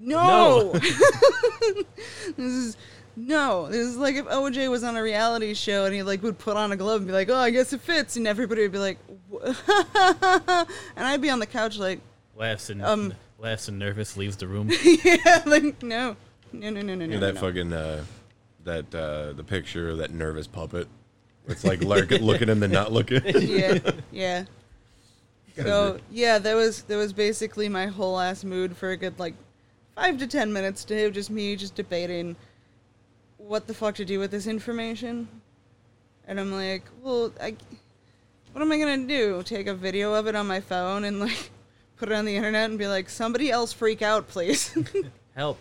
[SPEAKER 2] No.
[SPEAKER 4] no. This is no. This is like if OJ was on a reality show and he like would put on a glove and be like, "Oh, I guess it fits," and everybody would be like, "Wha- and I'd be on the couch like,
[SPEAKER 2] laughs and
[SPEAKER 4] Um.
[SPEAKER 2] laughs and nervous leaves the room.
[SPEAKER 4] "Yeah, like no, no, no, no, no, no."
[SPEAKER 3] that
[SPEAKER 4] no.
[SPEAKER 3] fucking uh, that uh, the picture of that nervous puppet. It's like lurk, looking and then not looking.
[SPEAKER 4] Yeah, yeah. So yeah, that was that was basically my whole ass mood for a good like five to ten minutes today of just me just debating what the fuck to do with this information. And I'm like, well, I, what am I gonna do? Take a video of it on my phone and like put it on the internet and be like, somebody else freak out, please.
[SPEAKER 2] Help.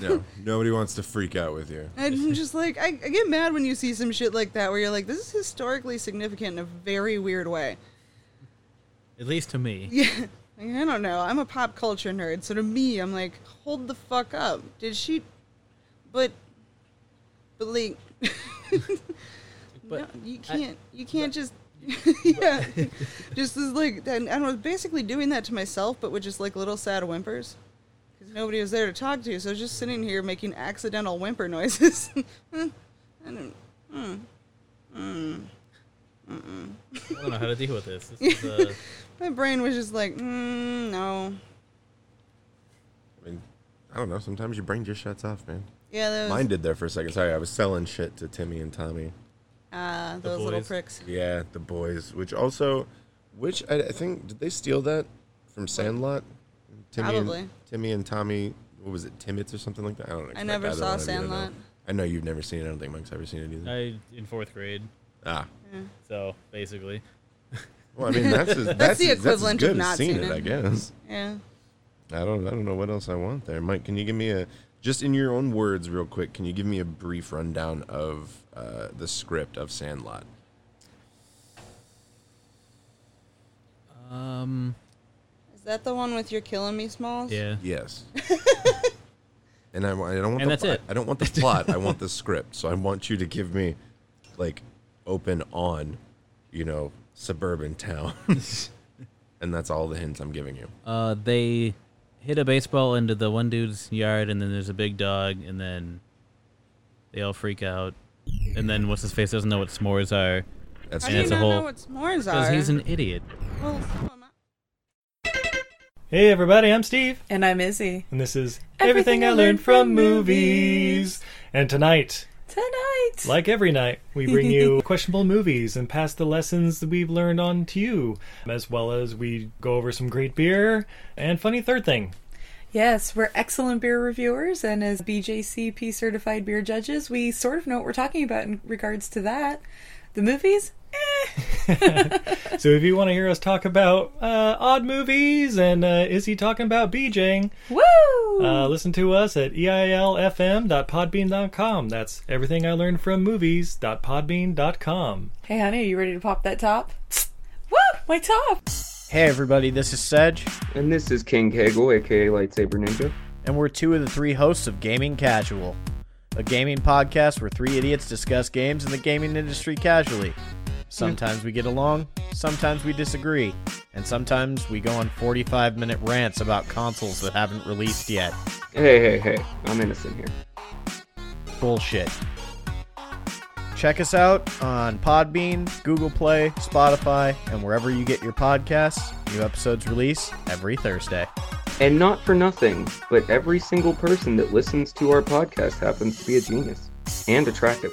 [SPEAKER 3] no, nobody wants to freak out with you.
[SPEAKER 4] And I'm just like, I, I get mad when you see some shit like that where you're like, this is historically significant in a very weird way.
[SPEAKER 2] At least to me.
[SPEAKER 4] Yeah. Like, I don't know. I'm a pop culture nerd, so to me, I'm like, hold the fuck up. Did she? But, but like,
[SPEAKER 2] But
[SPEAKER 4] no, you
[SPEAKER 2] I-
[SPEAKER 4] can't. you can't just. yeah. just this like, and, and I was basically doing that to myself, but with just like little sad whimpers, because nobody was there to talk to. So I was just sitting here making accidental whimper noises. I don't.
[SPEAKER 2] I don't know how to deal with this. This is uh,
[SPEAKER 4] My brain was just like, mm, no.
[SPEAKER 3] I mean, I don't know. Sometimes your brain just shuts off, man.
[SPEAKER 4] Yeah, those
[SPEAKER 3] Mine did there for a second. Sorry, I was selling shit to Timmy and Tommy.
[SPEAKER 4] uh, those little
[SPEAKER 2] boys.
[SPEAKER 4] pricks.
[SPEAKER 3] Yeah, the boys. Which also, which I, I think did they steal that from Sandlot? Timmy
[SPEAKER 4] Probably.
[SPEAKER 3] And, Timmy and Tommy. What was it? Timmits or something like that. I don't. expect
[SPEAKER 4] never
[SPEAKER 3] either
[SPEAKER 4] saw
[SPEAKER 3] one of you to know.
[SPEAKER 4] Sandlot.
[SPEAKER 3] I know you've never seen it. I don't think Mike's ever seen it either.
[SPEAKER 2] I in fourth grade.
[SPEAKER 3] ah,
[SPEAKER 2] So basically,
[SPEAKER 3] well, I mean that's as, that's,
[SPEAKER 4] the
[SPEAKER 3] as- as
[SPEAKER 4] equivalent of
[SPEAKER 3] good as
[SPEAKER 4] not
[SPEAKER 3] seeing it,
[SPEAKER 4] seeing it.
[SPEAKER 3] I guess.
[SPEAKER 4] Yeah.
[SPEAKER 3] I don't. I don't know what else I want there. Mike, can you give me a just in your own words, real quick? Can you give me a brief rundown of uh, the script of Sandlot?
[SPEAKER 2] um,
[SPEAKER 4] Is that the one with "You're Killing Me, Smalls"?
[SPEAKER 2] yeah.
[SPEAKER 3] Yes. and I, wa- I don't want
[SPEAKER 2] And
[SPEAKER 3] the
[SPEAKER 2] that's
[SPEAKER 3] pl-
[SPEAKER 2] it.
[SPEAKER 3] I don't want the plot. I want the script. So I want you to give me like open on, you know, suburban town. and that's all the hints I'm giving you.
[SPEAKER 2] Uh, they hit a baseball into the one dude's yard, and then there's a big dog, and then they all freak out, and then what's his face doesn't know what s'mores are
[SPEAKER 3] That's
[SPEAKER 4] How
[SPEAKER 2] And
[SPEAKER 4] do you
[SPEAKER 2] it's
[SPEAKER 4] not
[SPEAKER 2] a whole-
[SPEAKER 4] know what s'mores
[SPEAKER 2] because
[SPEAKER 4] are?
[SPEAKER 2] he's an idiot.
[SPEAKER 4] Well, so am I.
[SPEAKER 8] Hey everybody, I'm Steve,
[SPEAKER 9] And I'm Izzy.
[SPEAKER 8] and this is
[SPEAKER 9] Everything I Learned from Movies.
[SPEAKER 8] And tonight,
[SPEAKER 9] Tonight!
[SPEAKER 8] like every night, we bring you questionable movies and pass the lessons that we've learned on to you, as well as we go over some great beer and funny third thing.
[SPEAKER 9] Yes, we're excellent beer reviewers, and as BJCP certified beer judges, we sort of know what we're talking about in regards to that. The movies? Eh.
[SPEAKER 8] So if you want to hear us talk about uh, odd movies and uh, is he talking about BJing,
[SPEAKER 9] Woo!
[SPEAKER 8] uh, listen to us at E eilfm.podbean.com. That's everything I learned from movies.podbean.com.
[SPEAKER 9] hey, honey, are you ready to pop that top? Woo! My top!
[SPEAKER 10] Hey everybody, this is Sedge,
[SPEAKER 11] And this is King Kegel, aka Lightsaber Ninja.
[SPEAKER 10] and we're two of the three hosts of Gaming Casual, a gaming podcast where three idiots discuss games and the gaming industry casually. Sometimes we get along, sometimes we disagree, and sometimes we go on 45 minute rants about consoles that haven't released yet.
[SPEAKER 11] Hey, hey, hey, I'm innocent here.
[SPEAKER 10] Bullshit. Check us out on Podbean, Google Play, Spotify, and wherever you get your podcasts. New episodes release every Thursday.
[SPEAKER 11] And not for nothing, but every single person that listens to our podcast happens to be a genius and attractive.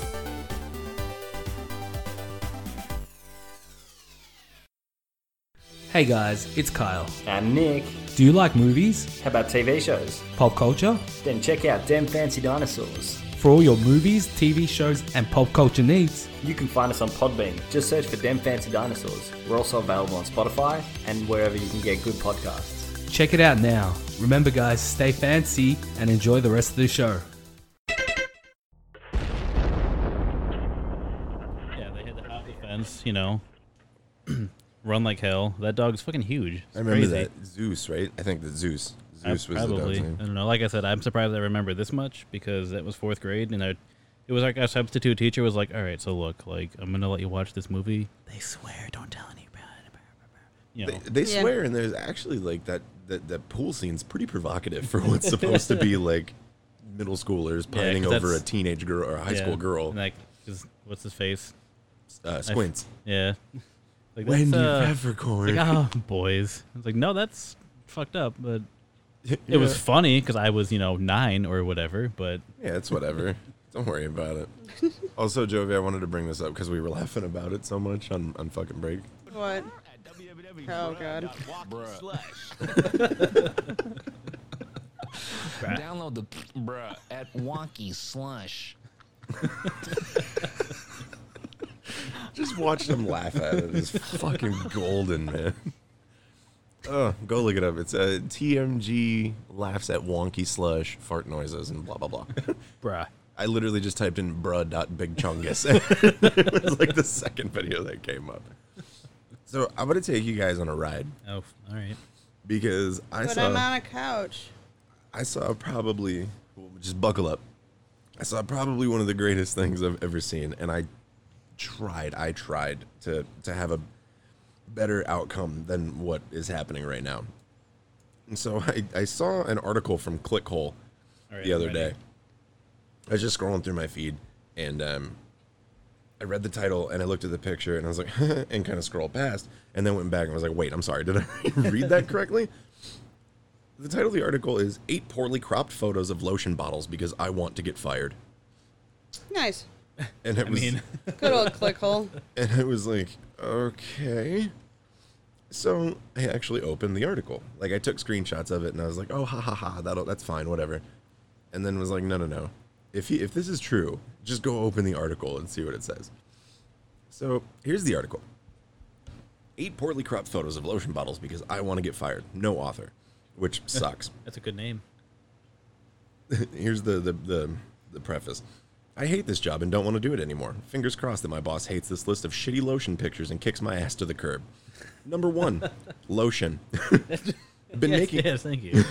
[SPEAKER 12] Hey guys, it's Kyle.
[SPEAKER 13] I'm Nick.
[SPEAKER 12] Do you like movies,
[SPEAKER 13] How about TV shows?
[SPEAKER 12] pop culture?
[SPEAKER 13] Then check out Damn Fancy Dinosaurs.
[SPEAKER 12] For all your movies, TV shows, and pop culture needs,
[SPEAKER 13] You can find us on Podbean. Just search for Damn Fancy Dinosaurs. We're also available on Spotify and wherever you can get good podcasts.
[SPEAKER 12] check it out now. Remember, guys, stay fancy and enjoy the rest of the show.
[SPEAKER 2] Yeah, they hit the hockey fence, you know. Run like hell. That dog's fucking huge. It's
[SPEAKER 3] I remember
[SPEAKER 2] crazy.
[SPEAKER 3] that Zeus, right? I think that Zeus. Zeus
[SPEAKER 2] I
[SPEAKER 3] was the
[SPEAKER 2] probably.
[SPEAKER 3] dog's
[SPEAKER 2] I
[SPEAKER 3] name.
[SPEAKER 2] don't know. Like I said, I'm surprised I remember this much because that was fourth grade, and I, it was like our substitute teacher was like, "All right, so look, like I'm gonna let you watch this movie. They swear, don't tell anybody." You know,
[SPEAKER 3] They
[SPEAKER 4] Yeah.
[SPEAKER 3] swear, and there's actually like that that that pool scene's pretty provocative for what's supposed to be like middle schoolers
[SPEAKER 2] Yeah,
[SPEAKER 3] pining
[SPEAKER 2] 'cause
[SPEAKER 3] over a
[SPEAKER 2] that's-
[SPEAKER 3] teenage girl or a high
[SPEAKER 2] Yeah.
[SPEAKER 3] school girl.
[SPEAKER 2] And like, 'cause- what's his face?
[SPEAKER 3] Uh, squints.
[SPEAKER 2] Yeah. Like,
[SPEAKER 3] Wendy
[SPEAKER 2] that's, uh,
[SPEAKER 3] Peppercorn.
[SPEAKER 2] like, oh, boys. It's like, no, that's fucked up, but it was funny because I was, you know, nine or whatever. But
[SPEAKER 3] Yeah, it's whatever. Don't worry about it. Also, Jovi, I wanted to bring this up because we were laughing about it so much on, on fucking break.
[SPEAKER 4] What? Oh, God.
[SPEAKER 7] Download the bruh at Wonky Slush.
[SPEAKER 3] Just watch them laugh at it. It's fucking golden, man. Oh, go look it up. It's uh, TMG laughs at wonky slush, fart noises, and blah blah blah.
[SPEAKER 2] bruh,
[SPEAKER 3] I literally just typed in bruh dot big chungus. it was like the second video that came up. So I'm gonna take you guys on a ride
[SPEAKER 2] oh, f- all right.
[SPEAKER 3] because I
[SPEAKER 4] But
[SPEAKER 3] saw
[SPEAKER 4] I'm on a couch.
[SPEAKER 3] I saw probably just buckle up. I saw probably one of the greatest things I've ever seen, and I tried, I tried to to have a better outcome than what is happening right now. And so I, I saw an article from Clickhole
[SPEAKER 2] All right
[SPEAKER 3] the other
[SPEAKER 2] I'm ready.
[SPEAKER 3] day. I was just scrolling through my feed and um, I read the title and I looked at the picture and I was like, and kind of scrolled past and then went back and was like, wait, I'm sorry, did I read that correctly? The title of the article is Eight Poorly Cropped Photos of Lotion Bottles Because I Want to Get Fired.
[SPEAKER 4] Nice.
[SPEAKER 3] And it
[SPEAKER 2] I
[SPEAKER 3] was
[SPEAKER 2] mean,
[SPEAKER 4] Good old click hole.
[SPEAKER 3] and I was like, okay. So I actually opened the article. Like I took screenshots of it and I was like, oh ha ha ha, that'll that's fine, whatever. And then was like, no no no. If he, if this is true, just go open the article and see what it says. So here's the article. Eight poorly cropped photos of lotion bottles because I want to get fired. No author. Which sucks
[SPEAKER 2] that's a good name.
[SPEAKER 3] here's the, the the the preface. I hate this job and don't want to do it anymore. Fingers crossed that my boss hates this list of shitty lotion pictures and kicks my ass to the curb. Number one, lotion. been
[SPEAKER 2] Yes,
[SPEAKER 3] making
[SPEAKER 2] yes, thank you.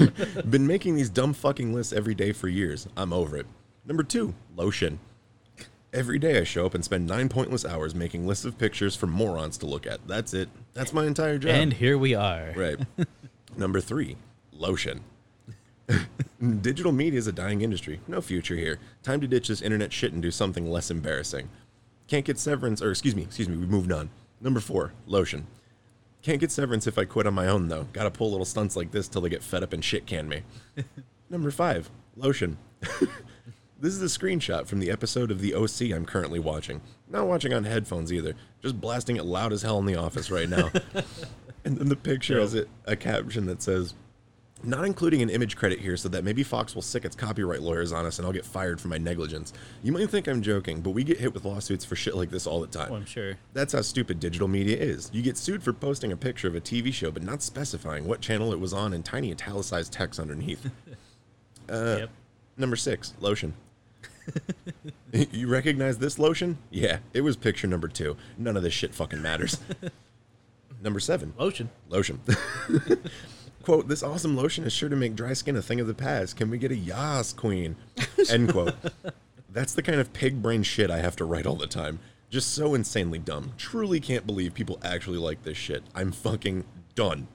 [SPEAKER 3] been making these dumb fucking lists every day for years. I'm over it. Number two, lotion. Every day I show up and spend nine pointless hours making lists of pictures for morons to look at. That's it. That's my entire job.
[SPEAKER 2] and here we are.
[SPEAKER 3] Right. Number three, lotion. Digital media is a dying industry. No future here. Time to ditch this internet shit and do something less embarrassing. Can't get severance, or excuse me, excuse me, we moved on. Number four, lotion. Can't get severance if I quit on my own, though. Gotta pull little stunts like this till they get fed up and shit can me. Number five, lotion. this is a screenshot from the episode of The OC I'm currently watching. Not watching on headphones either, just blasting it loud as hell in the office right now. and then the picture has it, a caption that says, not including an image credit here so that maybe Fox will sick its copyright lawyers on us and I'll get fired for my negligence. You might think I'm joking, but we get hit with lawsuits for shit like this all the time.
[SPEAKER 2] Oh, I'm sure.
[SPEAKER 3] That's how stupid digital media is. You get sued for posting a picture of a TV show but not specifying what channel it was on in tiny italicized text underneath. Uh, Number six, lotion. you recognize this lotion? Yeah, it was picture number two. None of this shit fucking matters. number seven,
[SPEAKER 2] lotion.
[SPEAKER 3] Lotion. quote, this awesome lotion is sure to make dry skin a thing of the past. Can we get a yas queen? End quote. That's the kind of pig brain shit I have to write all the time. Just so insanely dumb. Truly can't believe people actually like this shit. I'm fucking done.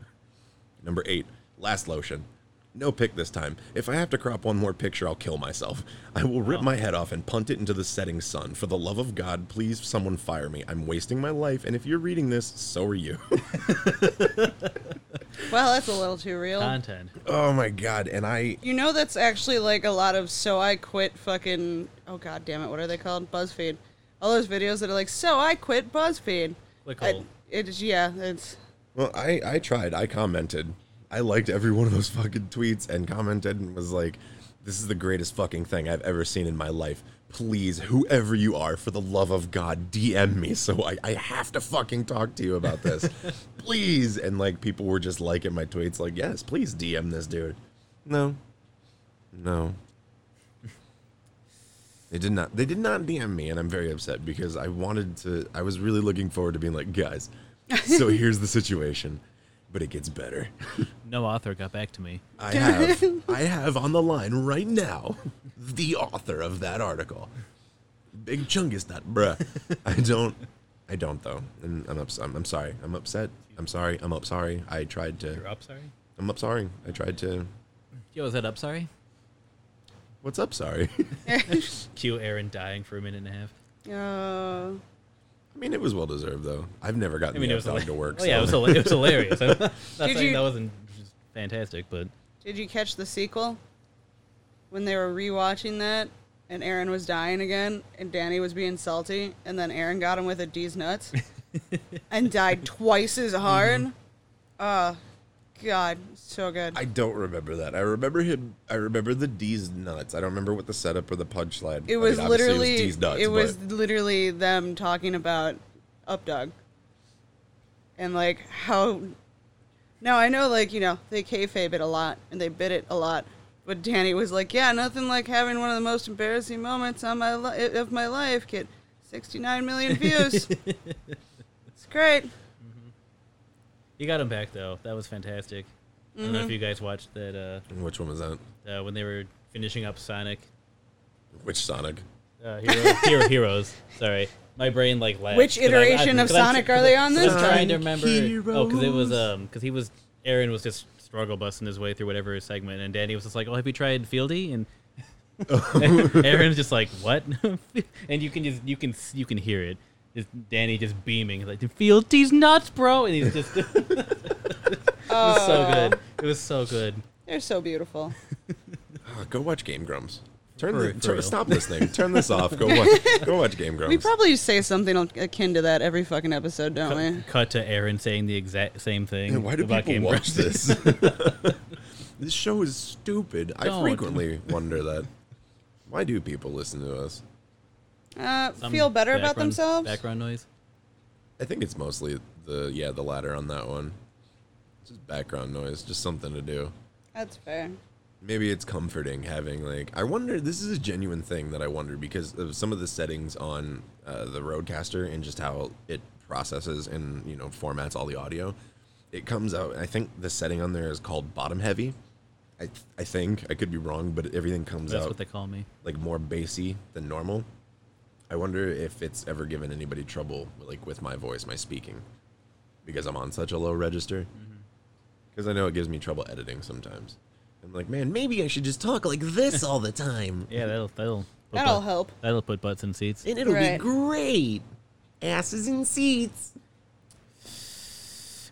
[SPEAKER 3] Number eight, last lotion. No pick this time. If I have to crop one more picture, I'll kill myself. I will rip my head off and punt it into the setting sun. For the love of God, please someone fire me. I'm wasting my life, and if you're reading this, so are you.
[SPEAKER 4] Well, that's a little too real.
[SPEAKER 3] Oh my God. And I.
[SPEAKER 4] You know that's actually like a lot of so I quit fucking oh god damn it, what are they called? BuzzFeed. All those videos that are like so I quit BuzzFeed.
[SPEAKER 2] Clickhole.
[SPEAKER 4] I- It is yeah, it's
[SPEAKER 3] Well, I, I tried. I commented. I liked every one of those fucking tweets and commented and was like, this is the greatest fucking thing I've ever seen in my life. Please, whoever you are, for the love of God, DM me so I, I have to fucking talk to you about this. please. And like, people were just liking my tweets, like, yes, please DM this dude. No. No. They did not. They did not DM me, and I'm very upset because I wanted to. I was really looking forward to being like, guys. So here's the situation, but it gets better.
[SPEAKER 2] No author got back to me.
[SPEAKER 3] I have. I have on the line right now, the author of that article, Big Chungus Nut, bruh. I don't. I don't though, and I'm upset. I'm, I'm sorry. I'm upset. I'm sorry. I'm up sorry. I tried to. You're
[SPEAKER 2] up sorry.
[SPEAKER 3] I'm up sorry. I tried to.
[SPEAKER 13] Yo, is that up? Sorry.
[SPEAKER 3] What's up? Sorry.
[SPEAKER 2] Cue Aaron dying for a minute and a half.
[SPEAKER 4] uh
[SPEAKER 3] I mean, it was well deserved though. I've never gotten
[SPEAKER 2] I mean,
[SPEAKER 3] the
[SPEAKER 2] it
[SPEAKER 3] up dog
[SPEAKER 2] was hila-
[SPEAKER 3] to work.
[SPEAKER 2] Oh, yeah, it was,
[SPEAKER 3] so-
[SPEAKER 2] hila- it was hilarious. I'm not
[SPEAKER 4] Did
[SPEAKER 2] saying
[SPEAKER 4] you-
[SPEAKER 2] that wasn't just fantastic, but
[SPEAKER 4] did you catch the sequel? When they were rewatching that and Aaron was dying again and Danny was being salty and then Aaron got him with a D's nuts and died twice as hard. Oh god, so good.
[SPEAKER 3] I don't remember that. I remember him. I remember the D's nuts. I don't remember what the setup or the punchline.
[SPEAKER 4] It
[SPEAKER 3] I
[SPEAKER 4] was
[SPEAKER 3] mean, obviously
[SPEAKER 4] literally
[SPEAKER 3] It was D's nuts.
[SPEAKER 4] it was
[SPEAKER 3] but
[SPEAKER 4] literally them talking about Updog. And like how now I know like, you know, they kayfabe it a lot and they bit it a lot. But Danny was like, Yeah, nothing like having one of the most embarrassing moments on my li- of my life get sixty nine million views. it's great.
[SPEAKER 2] you got him back though. That was fantastic. I don't know if
[SPEAKER 4] Mhm.
[SPEAKER 2] you guys watched that. Uh,
[SPEAKER 3] Which one was that?
[SPEAKER 2] Uh, when they were finishing up Sonic.
[SPEAKER 3] Which Sonic?
[SPEAKER 2] Uh, Hero, Hero Heroes. Sorry, my brain like lapsed.
[SPEAKER 4] Which
[SPEAKER 2] 'cause I- I-
[SPEAKER 4] iteration of
[SPEAKER 2] 'cause I'm tr-
[SPEAKER 4] Sonic
[SPEAKER 2] 'cause
[SPEAKER 4] are they on
[SPEAKER 2] I'm
[SPEAKER 4] this?
[SPEAKER 2] trying
[SPEAKER 4] Sonic
[SPEAKER 2] to remember. Oh, because it was
[SPEAKER 4] Heroes.
[SPEAKER 2] um, because he was Aaron was just struggle busting his way through whatever his segment, and Danny was just like, "Oh, have you tried Fieldy?" And Aaron's just like, "What?" and you can just you can s- you can hear it. Just Danny just beaming He's like, "Fieldy's nuts, bro," and he's just. it was
[SPEAKER 4] Oh.
[SPEAKER 2] so good. It was so good.
[SPEAKER 4] They're so beautiful.
[SPEAKER 3] Ah, go watch Game Grumps. Turn
[SPEAKER 2] For
[SPEAKER 3] the,
[SPEAKER 2] real, for
[SPEAKER 3] turn,
[SPEAKER 2] real.
[SPEAKER 3] stop listening. Turn this off. Go watch. Go watch Game
[SPEAKER 4] We
[SPEAKER 3] Grumps.
[SPEAKER 4] probably say something akin to that every fucking episode, don't we?
[SPEAKER 2] Cut to Aaron saying the exact same thing.
[SPEAKER 3] Man, why do
[SPEAKER 2] about
[SPEAKER 3] people
[SPEAKER 2] Game
[SPEAKER 3] watch
[SPEAKER 2] Grumps.
[SPEAKER 3] this? this show is stupid. I
[SPEAKER 2] Don't.
[SPEAKER 3] frequently wonder that. Why do people listen to us?
[SPEAKER 4] Uh,
[SPEAKER 2] Some
[SPEAKER 4] feel better about
[SPEAKER 2] Um, background-
[SPEAKER 4] themselves.
[SPEAKER 2] Background noise.
[SPEAKER 3] I think it's mostly the yeah the latter on that one. It's just background noise, just something to do.
[SPEAKER 4] That's fair.
[SPEAKER 3] maybe it's comforting having like i wonder this is a genuine thing that i wonder because of some of the settings on uh, the roadcaster and just how it processes and you know formats all the audio it comes out i think the setting on there is called bottom heavy i, th- I think i could be wrong but everything comes
[SPEAKER 2] That's
[SPEAKER 3] out
[SPEAKER 2] what they call me.
[SPEAKER 3] like more bassy than normal i wonder if it's ever given anybody trouble like with my voice my speaking Mm-hmm. because i'm on such a low register because i know it gives me trouble editing sometimes I'm like, man, maybe I should just talk like this all the time.
[SPEAKER 2] Yeah, that'll that'll put
[SPEAKER 4] That'll
[SPEAKER 2] butt-
[SPEAKER 4] help.
[SPEAKER 2] That'll put butts in seats.
[SPEAKER 3] And it'll
[SPEAKER 4] Right.
[SPEAKER 3] be great. Asses in seats.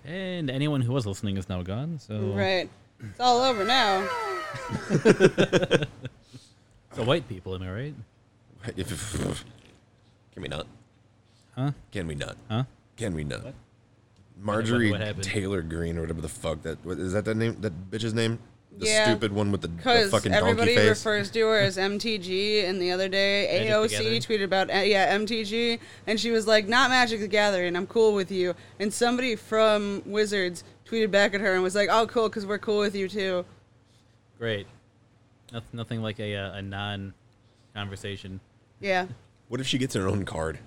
[SPEAKER 2] And anyone who was listening is now gone. So
[SPEAKER 4] Right. It's all over now.
[SPEAKER 2] So white people, am I right?
[SPEAKER 3] Can we not?
[SPEAKER 2] Huh?
[SPEAKER 3] Can we not?
[SPEAKER 2] Huh?
[SPEAKER 3] Can we not?
[SPEAKER 2] What
[SPEAKER 3] Marjorie
[SPEAKER 2] happened?
[SPEAKER 3] Taylor Green or whatever the fuck that what, is that that name that bitch's name? The
[SPEAKER 4] Yeah,
[SPEAKER 3] stupid one with the, the
[SPEAKER 4] Because
[SPEAKER 3] fucking donkey
[SPEAKER 4] everybody
[SPEAKER 3] face.
[SPEAKER 4] refers to her as MTG, and the other day
[SPEAKER 3] Magic the
[SPEAKER 4] AOC tweeted about uh, yeah MTG, and she was like, "Not Magic the Gathering, I'm cool with you." And somebody from Wizards tweeted back at her and was like, "Oh, cool, because we're cool with you too."
[SPEAKER 2] Great. Noth- nothing like a uh, a non conversation.
[SPEAKER 4] Yeah,
[SPEAKER 3] what if she gets her own card?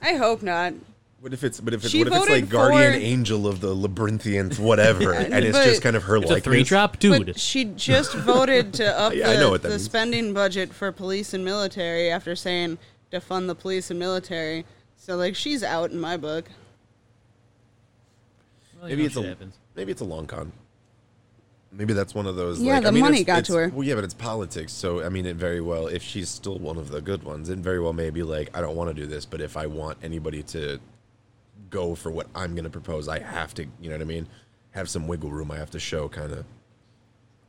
[SPEAKER 4] I hope not.
[SPEAKER 3] What if it's but if it,
[SPEAKER 4] She
[SPEAKER 3] what if it's
[SPEAKER 4] voted
[SPEAKER 3] like guardian
[SPEAKER 4] for-
[SPEAKER 3] angel of the labyrinthians whatever
[SPEAKER 4] Yeah,
[SPEAKER 3] and it's
[SPEAKER 4] but-
[SPEAKER 3] just kind of her
[SPEAKER 2] It's a
[SPEAKER 3] likeness?
[SPEAKER 2] three drop, dude.
[SPEAKER 4] But she just voted to up
[SPEAKER 3] Yeah, I
[SPEAKER 4] the,
[SPEAKER 3] know what that
[SPEAKER 4] the
[SPEAKER 3] means.
[SPEAKER 4] spending budget for police and military after saying defund the police and military. So like she's out in my book.
[SPEAKER 2] Well, you
[SPEAKER 3] maybe
[SPEAKER 2] know,
[SPEAKER 3] it's a
[SPEAKER 2] shit happens.
[SPEAKER 3] maybe it's a long con. Maybe that's one of those.
[SPEAKER 4] Yeah,
[SPEAKER 3] like,
[SPEAKER 4] the
[SPEAKER 3] I mean,
[SPEAKER 4] money
[SPEAKER 3] it's-
[SPEAKER 4] got
[SPEAKER 3] it's-
[SPEAKER 4] to her.
[SPEAKER 3] Well, yeah, but it's politics, so I mean, it very well. If she's still one of the good ones, it very well may be like, I don't want to do this, but if I want anybody to go for what I'm going to propose, I have to. You know what I mean? Have some wiggle room. I have to show kind of.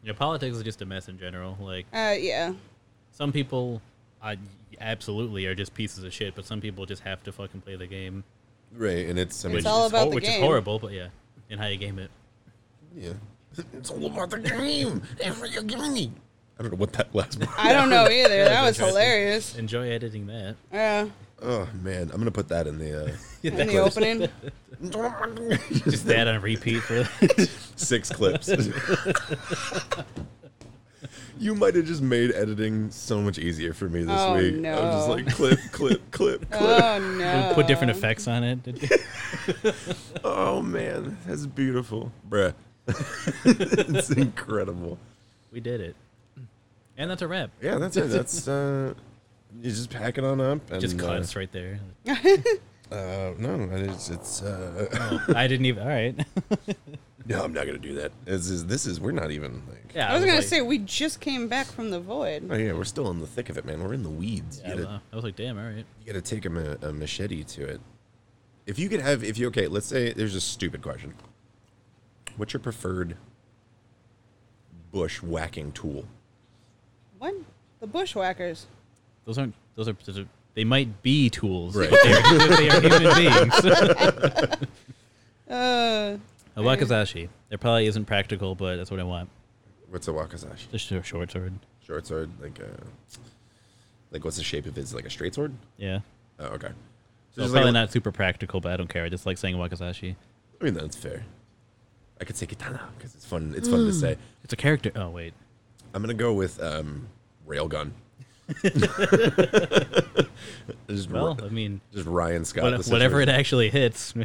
[SPEAKER 2] Yeah, politics is just a mess in general. Like
[SPEAKER 4] Uh, yeah.
[SPEAKER 2] some people, I absolutely are just pieces of shit, but some people just have to fucking play the game.
[SPEAKER 3] Right, and it's. I mean,
[SPEAKER 2] which
[SPEAKER 4] all
[SPEAKER 2] is
[SPEAKER 4] about the
[SPEAKER 2] which
[SPEAKER 4] game.
[SPEAKER 2] is horrible, but yeah, and how you game it.
[SPEAKER 3] Yeah.
[SPEAKER 1] It's all about the game and what you're giving me.
[SPEAKER 3] I don't know what that last.
[SPEAKER 4] I don't know either.
[SPEAKER 2] That
[SPEAKER 4] That was
[SPEAKER 2] was interesting.
[SPEAKER 4] hilarious.
[SPEAKER 2] Enjoy editing that.
[SPEAKER 4] Yeah.
[SPEAKER 3] Oh man, I'm gonna put that in the. Uh,
[SPEAKER 2] In
[SPEAKER 4] In the opening.
[SPEAKER 2] Just that on repeat for
[SPEAKER 3] six clips. you might have just made editing so much easier for me this
[SPEAKER 4] Oh,
[SPEAKER 3] week. I was just
[SPEAKER 4] no.
[SPEAKER 3] like clip, clip, clip, clip.
[SPEAKER 4] Oh no.
[SPEAKER 2] put
[SPEAKER 3] Um,
[SPEAKER 2] different effects on it. Did you?
[SPEAKER 3] Oh man, that's beautiful, bruh. it's incredible.
[SPEAKER 2] we did it, and that's a wrap.
[SPEAKER 3] Yeah, that's it. That's uh, you just pack it on up and
[SPEAKER 2] just
[SPEAKER 3] uh,
[SPEAKER 2] cuts right there.
[SPEAKER 3] Uh, no, it's it's. Uh,
[SPEAKER 2] I didn't even. All right.
[SPEAKER 3] no, I'm not gonna do that. This is this is we're not even like.
[SPEAKER 2] yeah,
[SPEAKER 4] I was gonna
[SPEAKER 2] like-
[SPEAKER 4] say we just came back from the void.
[SPEAKER 3] Oh yeah, we're still in the thick of it, man. We're in the weeds.
[SPEAKER 2] Yeah,
[SPEAKER 3] You gotta-
[SPEAKER 2] well, I was like, damn. All right.
[SPEAKER 3] You got to take a, ma- a machete to it. If you could have, if you okay, let's say there's a stupid question. What's your preferred bush whacking tool?
[SPEAKER 4] What? The bushwhackers.
[SPEAKER 2] Those aren't. Those are. Those are they might be tools,
[SPEAKER 3] Right.
[SPEAKER 2] but they are, but they are human beings.
[SPEAKER 4] Uh.
[SPEAKER 2] a wakizashi. It probably isn't practical, but that's what I want.
[SPEAKER 3] What's a wakizashi?
[SPEAKER 2] Just a short sword.
[SPEAKER 3] Short sword, like a, like what's the shape of it? Is it like a straight sword?
[SPEAKER 2] Yeah.
[SPEAKER 3] Oh, okay.
[SPEAKER 2] So
[SPEAKER 3] just
[SPEAKER 2] it's
[SPEAKER 3] like
[SPEAKER 2] probably
[SPEAKER 3] a-
[SPEAKER 2] not super practical, but I don't care. I just like saying wakizashi.
[SPEAKER 3] I mean, that's fair. I could say katana because it's fun. It's fun to say.
[SPEAKER 2] It's a character. Oh wait.
[SPEAKER 3] I'm gonna go with um, railgun. just,
[SPEAKER 2] Well,
[SPEAKER 3] Ry-
[SPEAKER 2] I mean,
[SPEAKER 3] just Ryan Scott.
[SPEAKER 2] what-
[SPEAKER 3] the
[SPEAKER 2] whatever it
[SPEAKER 3] situation.
[SPEAKER 2] actually hits.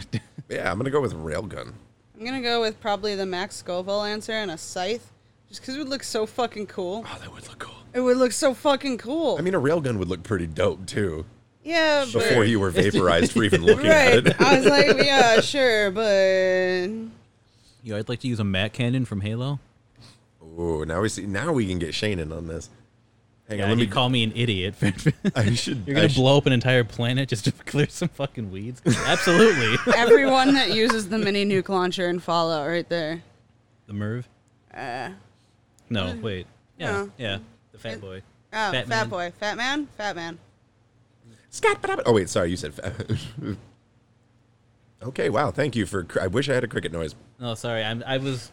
[SPEAKER 3] Yeah, I'm gonna go with railgun.
[SPEAKER 4] I'm gonna go with probably the Max Scoville answer and a scythe, just because it would look so fucking cool.
[SPEAKER 3] Oh, that would look cool.
[SPEAKER 4] It would look so fucking cool.
[SPEAKER 3] I mean, a railgun would look pretty dope too.
[SPEAKER 4] yeah, but
[SPEAKER 3] Before you were vaporized for even looking at
[SPEAKER 4] right.
[SPEAKER 3] it.
[SPEAKER 4] I was like, yeah, sure, but
[SPEAKER 2] Yo, I'd like to use a mat cannon from Halo.
[SPEAKER 3] Ooh, now we see. Now we can get Shane in on this. Hang
[SPEAKER 2] Yeah,
[SPEAKER 3] on, let me.
[SPEAKER 2] you call me an idiot.
[SPEAKER 3] I should.
[SPEAKER 2] You're
[SPEAKER 3] I
[SPEAKER 2] gonna
[SPEAKER 3] should-
[SPEAKER 2] blow up an entire planet just to clear some fucking weeds? Absolutely.
[SPEAKER 4] everyone that uses the mini nuke launcher in Fallout, right there.
[SPEAKER 2] the Merv?
[SPEAKER 4] Uh,
[SPEAKER 2] No, wait. Yeah,
[SPEAKER 4] No.
[SPEAKER 2] yeah. The fat boy.
[SPEAKER 4] oh,
[SPEAKER 2] Fat
[SPEAKER 4] fat,
[SPEAKER 2] man.
[SPEAKER 4] boy, fat man, fat man.
[SPEAKER 3] Scott, but oh wait, sorry, you said. okay, wow, thank you for. cr- I wish I had a cricket noise.
[SPEAKER 2] No, sorry. I'm, I was.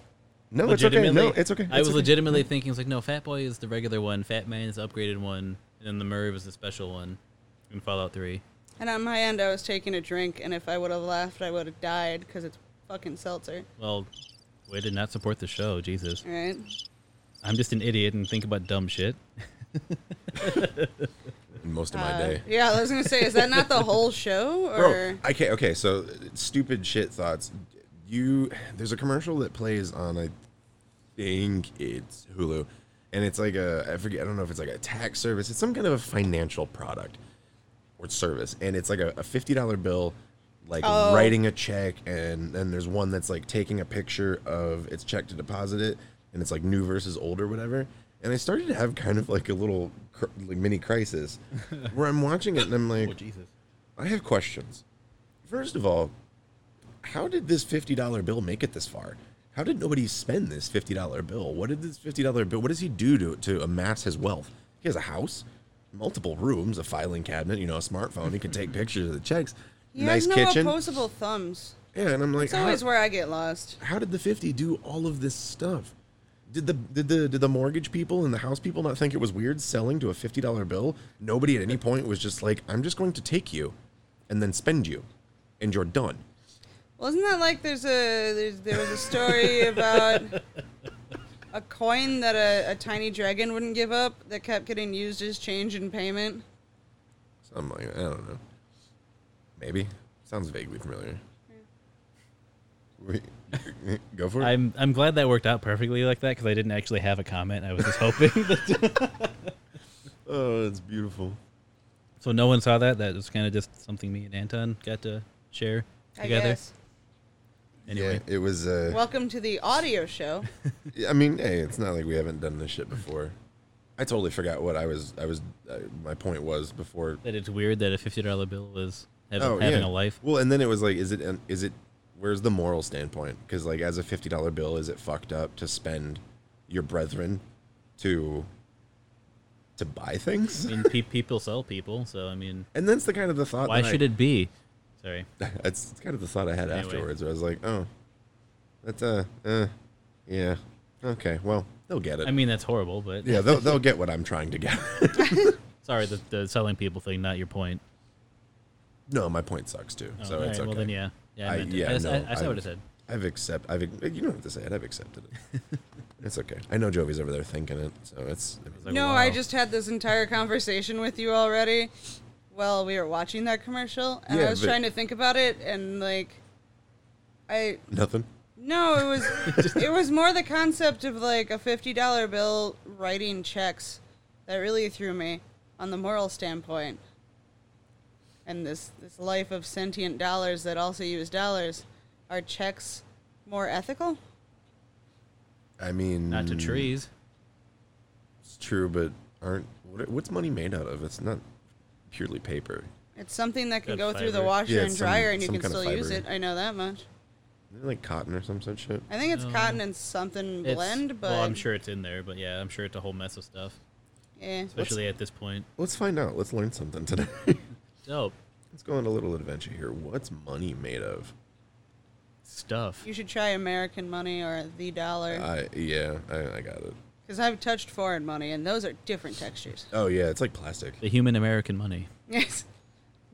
[SPEAKER 3] No, it's okay.
[SPEAKER 2] legitimately-
[SPEAKER 3] No, it's okay.
[SPEAKER 2] I
[SPEAKER 3] It's
[SPEAKER 2] was
[SPEAKER 3] okay.
[SPEAKER 2] legitimately thinking, it's like, no, Fat Boy is the regular one, Fat Man is the upgraded one, and then the Merv is the special one in Fallout 3.
[SPEAKER 4] And on my end, I was taking a drink, and if I would have left, I would have died because it's fucking seltzer.
[SPEAKER 2] Well, way to not support the show, Jesus.
[SPEAKER 4] All right.
[SPEAKER 2] I'm just an idiot and think about dumb shit.
[SPEAKER 3] Most of my
[SPEAKER 4] Uh,
[SPEAKER 3] day.
[SPEAKER 4] Yeah, I was gonna say, is that not the whole show? Or
[SPEAKER 3] Bro, I can't. Okay, so uh, stupid shit thoughts. You, there's a commercial that plays on. I think it's Hulu, and it's like a. I forget. I don't know if it's like a tax service. It's some kind of a financial product or service, and it's like a, a fifty dollar bill, like
[SPEAKER 6] Oh.
[SPEAKER 3] writing a check, and then there's one that's like taking a picture of its check to deposit it, and it's like new versus old or whatever. And I started to have kind of like a little cr- like mini crisis where I'm watching it and I'm like, I have questions. First of all, how did this $50 bill make it this far? How did nobody spend this $50 bill? What did this $50 bill, what does he do to, to amass his wealth? He has a house, multiple rooms, a filing cabinet, you know, a smartphone. He can take pictures of the checks.
[SPEAKER 4] He
[SPEAKER 3] nice
[SPEAKER 4] has no
[SPEAKER 3] kitchen.
[SPEAKER 4] opposable thumbs.
[SPEAKER 3] yeah, and I'm like,
[SPEAKER 4] It's always
[SPEAKER 3] how,
[SPEAKER 4] where I get lost.
[SPEAKER 3] how did the 50 do all of this stuff? Did the, did the did the mortgage people and the house people not think it was weird selling to a $50 bill? Nobody at any point was just like, I'm just going to take you and then spend you and you're done.
[SPEAKER 4] Wasn't that like there's a there's, there was a story about a coin that a, a tiny dragon wouldn't give up that kept getting used as change in payment?
[SPEAKER 3] I'm like, I don't know. Maybe. Sounds vaguely familiar. We- Go for it.
[SPEAKER 2] I'm I'm glad that worked out perfectly like that because I didn't actually have a comment. I was just hoping. That
[SPEAKER 3] oh, that's beautiful.
[SPEAKER 2] So no one saw that. That was kind of just something me and Anton got to share
[SPEAKER 4] I
[SPEAKER 2] together.
[SPEAKER 4] guess.
[SPEAKER 2] Anyway,
[SPEAKER 3] it was. Uh,
[SPEAKER 4] Welcome to the audio show.
[SPEAKER 3] I mean, hey, it's not like we haven't done this shit before. I totally forgot what I was. I was. Uh, my point was before
[SPEAKER 2] that it's weird that a fifty dollar bill was having, having a life.
[SPEAKER 3] Oh, Well, and then it was like, is it? Is it? Where's the moral standpoint? Because like, as a fifty dollar bill, is it fucked up to spend your brethren to to buy things?
[SPEAKER 2] I mean, pe- people sell people, so I mean,
[SPEAKER 3] And that's the kind of the thought.
[SPEAKER 2] why
[SPEAKER 3] that I-
[SPEAKER 2] should it be? Sorry,
[SPEAKER 3] That's, that's kind of the thought I had
[SPEAKER 2] Anyway.
[SPEAKER 3] afterwards. Where I was like, oh, that's uh, uh, yeah, okay. Well, they'll get it.
[SPEAKER 2] I mean, that's horrible, but
[SPEAKER 3] yeah, they'll they'll get what I'm trying to get.
[SPEAKER 2] Sorry, the, the selling people thing, not your point.
[SPEAKER 3] no, my point sucks too.
[SPEAKER 2] Oh,
[SPEAKER 3] so
[SPEAKER 2] all
[SPEAKER 3] it's okay.
[SPEAKER 2] right, well then, yeah. Yeah, I
[SPEAKER 3] I,
[SPEAKER 2] meant it.
[SPEAKER 3] yeah,
[SPEAKER 2] I s-
[SPEAKER 3] no,
[SPEAKER 2] I- I said what I
[SPEAKER 3] I've-
[SPEAKER 2] said.
[SPEAKER 3] I've accept. I've you don't have to say it. I've accepted it. it's okay. I know Jovi's over there thinking it, so it's.
[SPEAKER 4] no, I just had this entire conversation with you already. Well, we were watching that commercial, and
[SPEAKER 3] Yeah,
[SPEAKER 4] I was
[SPEAKER 3] but-
[SPEAKER 4] trying to think about it, and like, I
[SPEAKER 3] nothing.
[SPEAKER 4] No, it was it was more the concept of like a fifty dollar bill writing checks that really threw me on the moral standpoint. And this this life of sentient dollars that also use dollars, are checks more ethical?
[SPEAKER 3] I mean,
[SPEAKER 2] Not to trees.
[SPEAKER 3] It's true, but aren't what, what's money made out of? It's not purely paper.
[SPEAKER 4] It's something that can
[SPEAKER 2] Good
[SPEAKER 4] go through the
[SPEAKER 2] fiber.
[SPEAKER 4] washer
[SPEAKER 3] Yeah,
[SPEAKER 4] and
[SPEAKER 3] it's some-
[SPEAKER 4] dryer, and you
[SPEAKER 3] some
[SPEAKER 4] can
[SPEAKER 3] kind of
[SPEAKER 4] still use it.
[SPEAKER 3] fiber.
[SPEAKER 4] I know that much.
[SPEAKER 3] Isn't it like cotton or some such shit.
[SPEAKER 4] I think it's
[SPEAKER 2] No.
[SPEAKER 4] cotton and something
[SPEAKER 2] It's-
[SPEAKER 4] blend, but
[SPEAKER 2] well, I'm sure it's in there, but yeah, I'm sure it's a whole mess of stuff.
[SPEAKER 4] Yeah.
[SPEAKER 2] Especially at this point.
[SPEAKER 3] Let's find out. Let's learn something today.
[SPEAKER 2] Dope.
[SPEAKER 3] Let's go on a little adventure here. What's money made of?
[SPEAKER 2] Stuff.
[SPEAKER 4] you should try American money or the dollar,
[SPEAKER 3] I yeah, I, I got it.
[SPEAKER 4] because I've touched foreign money, and those are different textures.
[SPEAKER 3] Oh yeah, it's like plastic.
[SPEAKER 2] The human American money.
[SPEAKER 4] Yes.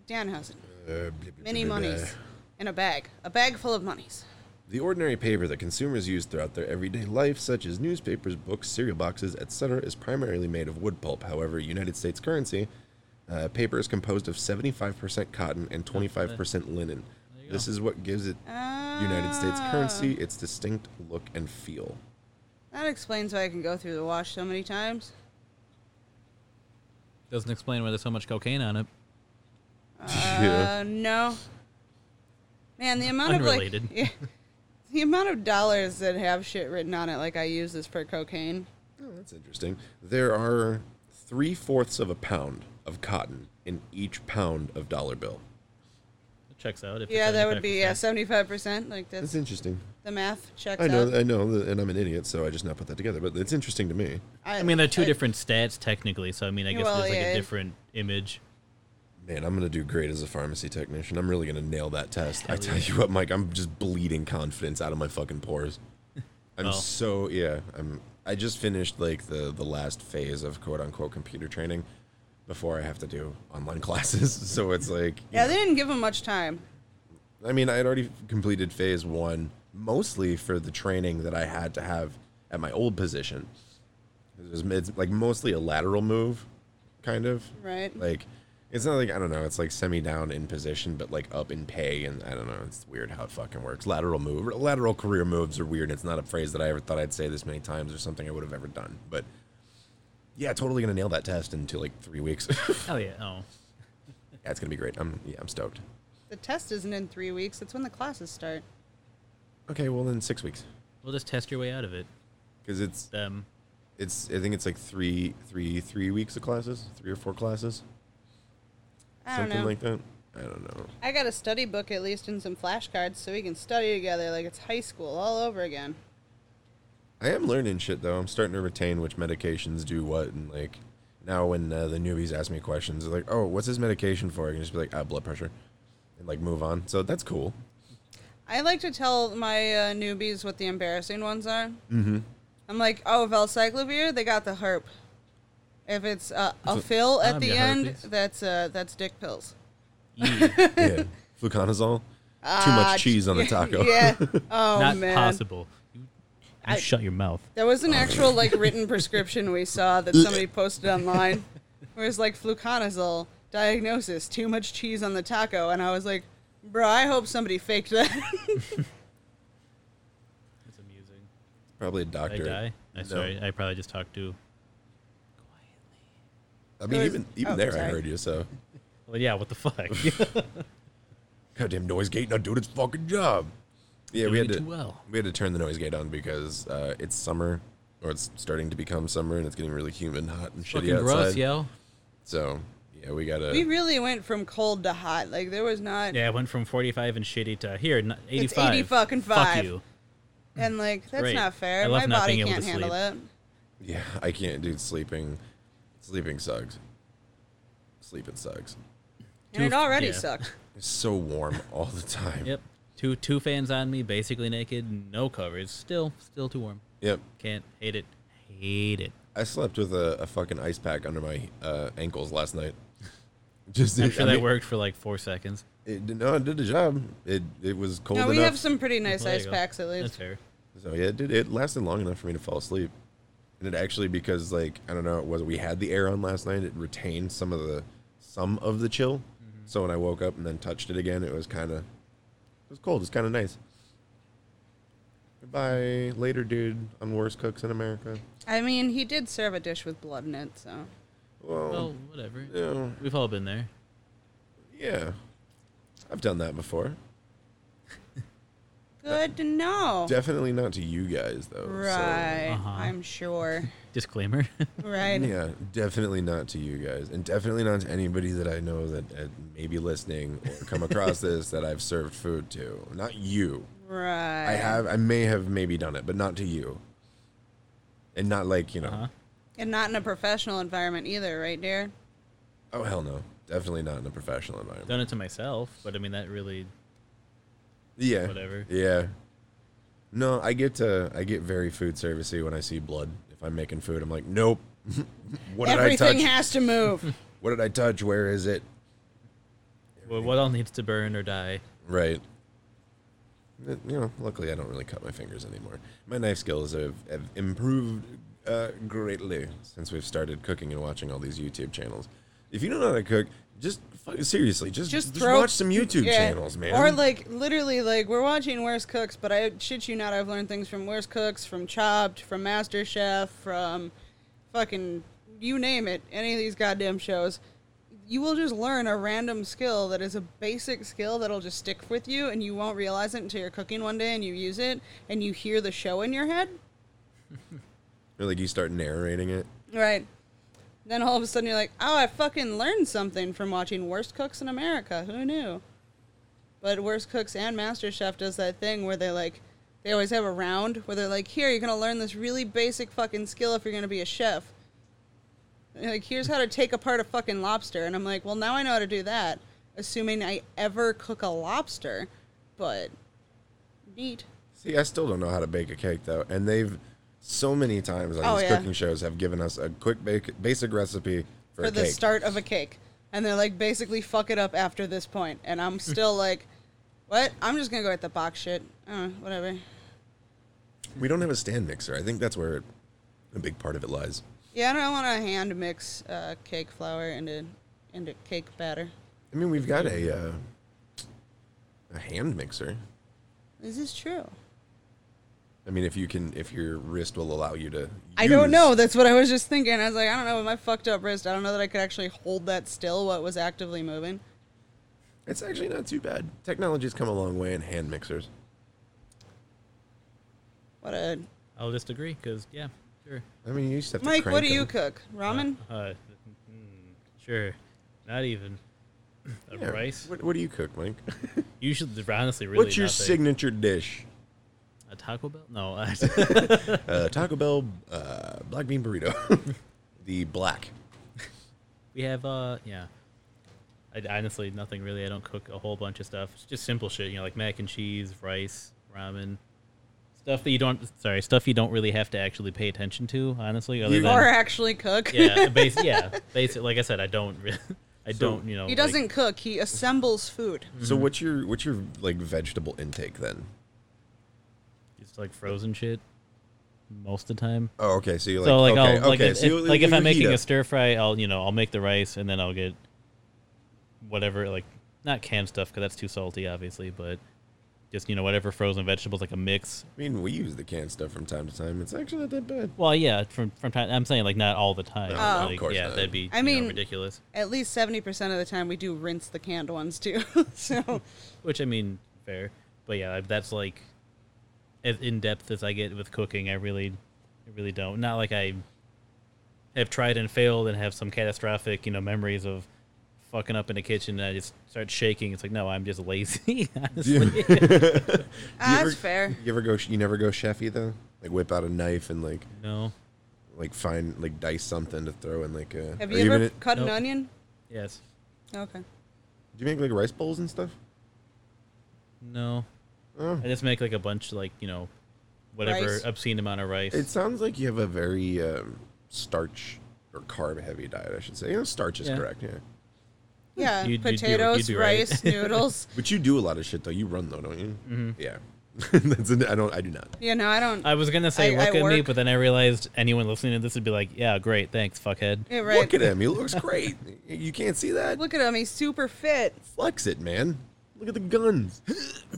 [SPEAKER 4] Danhausen.
[SPEAKER 3] Uh,
[SPEAKER 4] Many monies. In a bag. A bag full of monies.
[SPEAKER 3] The ordinary paper that consumers use throughout their everyday life, such as newspapers, books, cereal boxes, etc., is primarily made of wood pulp. However, United States currency uh, paper is composed of 75% cotton and 25% linen. This is what gives it
[SPEAKER 4] Uh,
[SPEAKER 3] United States currency its distinct look and feel.
[SPEAKER 4] That explains why I can go through the wash so many times.
[SPEAKER 2] Doesn't explain why there's so much cocaine on it.
[SPEAKER 4] Uh, no. Man, the amount
[SPEAKER 2] Unrelated.
[SPEAKER 4] of like, yeah, the amount of dollars that have shit written on it, like I use this for cocaine.
[SPEAKER 3] Oh, that's Interesting. There are three fourths of a pound of cotton in each pound of dollar bill.
[SPEAKER 2] It checks out. If
[SPEAKER 4] Yeah,
[SPEAKER 2] it's
[SPEAKER 4] that would be yeah,
[SPEAKER 2] 75%.
[SPEAKER 4] seventy-five percent. Like that's,
[SPEAKER 3] That's interesting.
[SPEAKER 4] The math checks
[SPEAKER 3] I know,
[SPEAKER 4] out.
[SPEAKER 3] I know, that- and I'm an idiot, so I just not put that together. But it's interesting to me.
[SPEAKER 4] I,
[SPEAKER 2] I mean, they're two different stats technically, so I mean, I guess
[SPEAKER 4] Well,
[SPEAKER 2] there's like
[SPEAKER 4] yeah.
[SPEAKER 2] a different image.
[SPEAKER 3] Man, I'm gonna do great as a pharmacy technician. I'm really gonna nail that test. I tell you what, Mike, I'm just bleeding confidence out of my fucking pores. I'm
[SPEAKER 2] Well.
[SPEAKER 3] so yeah. I'm. I just finished like the the last phase of quote unquote computer training before I have to do online classes. So it's like
[SPEAKER 4] Yeah, they didn't give them much time.
[SPEAKER 3] I mean, I had already completed phase one mostly for the training that I had to have at my old position. It was it's like mostly a lateral move, kind of.
[SPEAKER 4] Right.
[SPEAKER 3] Like, it's not like, I don't know, it's like semi down in position, but like up in pay. And I don't know, it's weird how it fucking works. Lateral move, lateral career moves are weird. It's not a phrase that I ever thought I'd say this many times or something I would have ever done. But yeah, totally gonna nail that test into like three weeks. yeah,
[SPEAKER 2] Oh yeah. Oh.
[SPEAKER 3] it's gonna be great. I'm, yeah, I'm stoked.
[SPEAKER 4] The test isn't in three weeks. That's when the classes start.
[SPEAKER 3] Okay, well, then six weeks.
[SPEAKER 2] We'll just test your way out of it. Um,
[SPEAKER 3] because it's
[SPEAKER 2] them.
[SPEAKER 3] It's I think it's like three three three weeks of classes, three or four classes,
[SPEAKER 4] I don't
[SPEAKER 3] something
[SPEAKER 4] know.
[SPEAKER 3] like that. I don't know.
[SPEAKER 4] I got a study book at least and some flashcards so we can study together like it's high school all over again.
[SPEAKER 3] I am learning shit though. I'm starting to retain which medications do what, and like now when uh, the newbies ask me questions, they're like, "Oh, what's this medication for?" I can just be like, "Ah, blood pressure," and like move on. So that's cool.
[SPEAKER 4] I like to tell my uh, newbies what the embarrassing ones are.
[SPEAKER 3] Mm-hmm.
[SPEAKER 4] I'm like, oh, valcyclovir, they got the herp. If it's uh, a
[SPEAKER 3] So-
[SPEAKER 4] fill at
[SPEAKER 3] I'm
[SPEAKER 4] the
[SPEAKER 3] your
[SPEAKER 4] end,
[SPEAKER 3] herpes.
[SPEAKER 4] that's uh, that's dick pills.
[SPEAKER 3] yeah, fluconazole. Too
[SPEAKER 4] Ah,
[SPEAKER 3] much cheese on the
[SPEAKER 4] yeah,
[SPEAKER 3] taco.
[SPEAKER 4] yeah. Oh,
[SPEAKER 2] Not
[SPEAKER 4] man.
[SPEAKER 2] possible. You, you
[SPEAKER 4] I-
[SPEAKER 2] shut your mouth.
[SPEAKER 4] There was an actual like written prescription we saw that somebody posted online. Where it's like fluconazole diagnosis, too much cheese on the taco, and I was like, bro, I hope somebody faked that.
[SPEAKER 2] It's amusing.
[SPEAKER 3] Probably a
[SPEAKER 2] Did
[SPEAKER 3] doctor.
[SPEAKER 2] I die. I
[SPEAKER 3] No.
[SPEAKER 2] sorry. I probably just talked to.
[SPEAKER 3] I mean,
[SPEAKER 2] It was-
[SPEAKER 3] even even
[SPEAKER 2] oh,
[SPEAKER 3] there, I
[SPEAKER 2] sorry.
[SPEAKER 3] heard you. So
[SPEAKER 2] Well, yeah. What the fuck?
[SPEAKER 3] goddamn noise gate not doing its fucking job. Yeah, we
[SPEAKER 2] Doing
[SPEAKER 3] had
[SPEAKER 2] it
[SPEAKER 3] to
[SPEAKER 2] too well.
[SPEAKER 3] we had to turn the noise gate on because uh, it's summer, or it's starting to become summer, and it's getting really humid, and hot, and shitty
[SPEAKER 2] fucking
[SPEAKER 3] outside.
[SPEAKER 2] gross, yo.
[SPEAKER 3] So yeah, we gotta.
[SPEAKER 4] we really went from cold to hot. Like there was not
[SPEAKER 2] Yeah, I went from 45 and shitty to uh, here, n- 85.
[SPEAKER 4] 80 fucking
[SPEAKER 2] Fuck
[SPEAKER 4] five.
[SPEAKER 2] you.
[SPEAKER 4] and like that's
[SPEAKER 2] Great.
[SPEAKER 4] not fair.
[SPEAKER 2] I
[SPEAKER 4] My
[SPEAKER 2] love not
[SPEAKER 4] body
[SPEAKER 2] being able
[SPEAKER 4] can't
[SPEAKER 2] to
[SPEAKER 4] handle it.
[SPEAKER 3] yeah, I can't, dude. Sleeping, sleeping sucks. Sleeping sucks.
[SPEAKER 4] And it already sucked.
[SPEAKER 3] It's so warm all the time.
[SPEAKER 2] Yep. Two two fans on me, basically naked, no covers. Still, still too warm.
[SPEAKER 3] Yep.
[SPEAKER 2] Can't hate it. Hate it.
[SPEAKER 3] I slept with a, a fucking ice pack under my uh, ankles last night. Just
[SPEAKER 2] I'm sure
[SPEAKER 3] I
[SPEAKER 2] that
[SPEAKER 3] mean,
[SPEAKER 2] worked for like four seconds.
[SPEAKER 3] It, did- no, it did the job. It it was cold
[SPEAKER 4] No,
[SPEAKER 3] enough.
[SPEAKER 4] we have some pretty nice
[SPEAKER 2] Well, there
[SPEAKER 4] ice
[SPEAKER 2] you go.
[SPEAKER 4] packs at least.
[SPEAKER 2] That's fair.
[SPEAKER 3] So yeah, it did. It lasted long enough for me to fall asleep, and it actually because like I don't know, it was we had the air on last night. It retained some of the some of the chill. So when I woke up and then touched it again, it was kind of it was cold. It's kind of nice. Goodbye later, dude. On worst cooks in America.
[SPEAKER 4] I mean, he did serve a dish with blood in it, so
[SPEAKER 3] Well,
[SPEAKER 2] Well, whatever.
[SPEAKER 3] yeah.
[SPEAKER 2] We've all been there.
[SPEAKER 3] yeah, I've done that before.
[SPEAKER 4] good to know.
[SPEAKER 3] Definitely not to you guys though. so-
[SPEAKER 4] Right,
[SPEAKER 2] Uh-huh.
[SPEAKER 4] I'm sure.
[SPEAKER 2] Disclaimer.
[SPEAKER 4] Right.
[SPEAKER 3] Yeah, definitely not to you guys, and definitely not to anybody that I know that uh, may be listening or come across this that I've served food to. Not you.
[SPEAKER 4] Right.
[SPEAKER 3] I have. I may have maybe done it, but not to you. And not like you know.
[SPEAKER 4] Uh-huh. And not in a professional environment either, right, dear?
[SPEAKER 3] Oh hell no! Definitely not in a professional environment.
[SPEAKER 2] Done it to myself, but I mean, that really.
[SPEAKER 3] Yeah.
[SPEAKER 2] Whatever.
[SPEAKER 3] Yeah. No, I get uh, I get very food servicey when I see blood. If I'm making food, I'm like, nope. what did I
[SPEAKER 4] Everything
[SPEAKER 3] touch?
[SPEAKER 4] has to move.
[SPEAKER 3] what did I touch? Where is it?
[SPEAKER 2] Well, what all needs to burn or die?
[SPEAKER 3] Right. Uh, You know, luckily I don't really cut my fingers anymore. My knife skills have, have improved uh, greatly since we've started cooking and watching all these YouTube channels. If you don't know how to cook, just fu- seriously, just just,
[SPEAKER 4] Throw-
[SPEAKER 3] watch some YouTube
[SPEAKER 4] Yeah.
[SPEAKER 3] channels, man.
[SPEAKER 4] Or like literally, like we're watching Worst Cooks, but I shit you not, I've learned things from Worst Cooks, from Chopped, from Master Chef, from fucking you name it, any of these goddamn shows. You will just learn a random skill that is a basic skill that'll just stick with you, and you won't realize it until you're cooking one day and you use it and you hear the show in your head.
[SPEAKER 3] or like you start narrating it.
[SPEAKER 4] Right. Then all of a sudden you're like, oh, I fucking learned something from watching Worst Cooks in America. Who knew? But Worst Cooks and Master Chef does that thing where they like, they always have a round where they're like, here, you're going to learn this really basic fucking skill if you're going to be a chef. And they're like, here's how to take apart a fucking lobster. And I'm like, well, now I know how to do that, assuming I ever cook a lobster. But neat.
[SPEAKER 3] See, I still don't know how to bake a cake though, and they've so many times on
[SPEAKER 4] Oh,
[SPEAKER 3] these
[SPEAKER 4] yeah.
[SPEAKER 3] cooking shows have given us a quick bake, basic recipe for,
[SPEAKER 4] for,
[SPEAKER 3] a
[SPEAKER 4] the
[SPEAKER 3] cake.
[SPEAKER 4] start of a cake. And they're like, basically, fuck it up after this point. And I'm still like, what? I'm just going to go with the box shit. Uh, whatever.
[SPEAKER 3] we don't have a stand mixer. I think that's where it, a big part of it lies.
[SPEAKER 4] Yeah, I don't want to hand mix uh, cake flour into, into cake batter.
[SPEAKER 3] I mean, we've got a uh, a hand mixer.
[SPEAKER 4] This is true.
[SPEAKER 3] I mean, if you can, if your wrist will allow you to.
[SPEAKER 4] I don't
[SPEAKER 3] use-
[SPEAKER 4] know. That's what I was just thinking. I was like, I don't know. With my fucked up wrist, I don't know that I could actually hold that still what was actively moving.
[SPEAKER 3] It's actually not too bad. Technology's come a long way in hand mixers.
[SPEAKER 4] What a
[SPEAKER 2] I'll just agree because yeah, sure.
[SPEAKER 3] I mean, you used to have to
[SPEAKER 4] Mike, what
[SPEAKER 3] crank
[SPEAKER 4] do you
[SPEAKER 3] 'em.
[SPEAKER 4] cook? Ramen?
[SPEAKER 2] Uh, uh, mm, sure, not even a
[SPEAKER 3] Yeah.
[SPEAKER 2] rice.
[SPEAKER 3] What, what do you cook, Mike?
[SPEAKER 2] Usually, honestly, really.
[SPEAKER 3] What's your
[SPEAKER 2] nothing.
[SPEAKER 3] signature dish?
[SPEAKER 2] A Taco Bell? No, I-
[SPEAKER 3] uh, Taco Bell uh, black bean burrito, the black.
[SPEAKER 2] we have uh, yeah. I, honestly, nothing really. I don't cook a whole bunch of stuff. It's just simple shit, you know, like mac and cheese, rice, ramen, stuff that you don't. Sorry, stuff you don't really have to actually pay attention to. Honestly, other
[SPEAKER 4] You-
[SPEAKER 2] than
[SPEAKER 4] Or actually cook.
[SPEAKER 2] Yeah, base. Yeah, basic. Like I said, I don't. Really, I don't. You know,
[SPEAKER 4] He
[SPEAKER 2] like-
[SPEAKER 4] doesn't cook. He assembles food.
[SPEAKER 3] So
[SPEAKER 2] Mm-hmm.
[SPEAKER 3] what's your what's your like vegetable intake then?
[SPEAKER 2] It's like frozen shit most of the time.
[SPEAKER 3] Oh, okay. So you're
[SPEAKER 2] so
[SPEAKER 3] like,
[SPEAKER 2] like
[SPEAKER 3] okay,
[SPEAKER 2] I'll, like
[SPEAKER 3] okay,
[SPEAKER 2] if,
[SPEAKER 3] so
[SPEAKER 2] if-
[SPEAKER 3] you-
[SPEAKER 2] like if
[SPEAKER 3] you
[SPEAKER 2] I'm
[SPEAKER 3] heat
[SPEAKER 2] making a
[SPEAKER 3] up.
[SPEAKER 2] stir fry, I'll you know I'll make the rice and then I'll get whatever like not canned stuff because that's too salty obviously, but just you know whatever frozen vegetables like a mix.
[SPEAKER 3] I mean, we use the canned stuff from time to time. It's actually not that bad.
[SPEAKER 2] Well, yeah, from from time I'm saying like not all the time.
[SPEAKER 4] No, no, of
[SPEAKER 2] like,
[SPEAKER 3] course
[SPEAKER 2] yeah,
[SPEAKER 3] not.
[SPEAKER 2] that'd be
[SPEAKER 4] I
[SPEAKER 2] you know,
[SPEAKER 4] mean,
[SPEAKER 2] ridiculous.
[SPEAKER 4] At least seventy percent of the time, we do rinse the canned ones too. so
[SPEAKER 2] Which I mean, fair, but yeah, that's like as in depth as I get with cooking. I really, I really don't. Not like I have tried and failed and have some catastrophic, you know, memories of fucking up in the kitchen and I just start shaking. It's like no, I'm just lazy. honestly.
[SPEAKER 4] ah, that's fair.
[SPEAKER 3] You ever go? You never go chefy though. Like whip out a knife and like
[SPEAKER 2] no,
[SPEAKER 3] like find like dice something to throw in like a.
[SPEAKER 4] Have
[SPEAKER 3] or
[SPEAKER 4] you ever
[SPEAKER 3] it-
[SPEAKER 4] cut an onion?
[SPEAKER 2] Yes.
[SPEAKER 4] Okay.
[SPEAKER 3] Do you make like rice bowls and stuff?
[SPEAKER 2] No, I just make like a bunch, like you know, whatever
[SPEAKER 3] Rice?
[SPEAKER 2] obscene amount of rice.
[SPEAKER 3] It sounds like you have a very um, starch or carb heavy diet. I should say. You know, starch is
[SPEAKER 2] Yeah.
[SPEAKER 3] correct. Yeah.
[SPEAKER 4] Yeah,
[SPEAKER 2] You'd- you'd do-
[SPEAKER 4] potatoes,
[SPEAKER 2] you'd do right.
[SPEAKER 4] rice, noodles.
[SPEAKER 3] But you do a lot of shit though. You run though, don't you?
[SPEAKER 2] Mhm.
[SPEAKER 3] Yeah. That's an, I don't. I do not.
[SPEAKER 4] Yeah, no, I don't.
[SPEAKER 2] I was gonna say
[SPEAKER 4] I- I
[SPEAKER 2] look at me,
[SPEAKER 4] work-
[SPEAKER 2] but then I realized anyone listening to this would be like, "Yeah, great, thanks, fuckhead."
[SPEAKER 4] Yeah, right.
[SPEAKER 3] Look at him. He looks great. you can't see that.
[SPEAKER 4] Look at him. He's super fit,
[SPEAKER 3] Flex it, man. Look at the guns.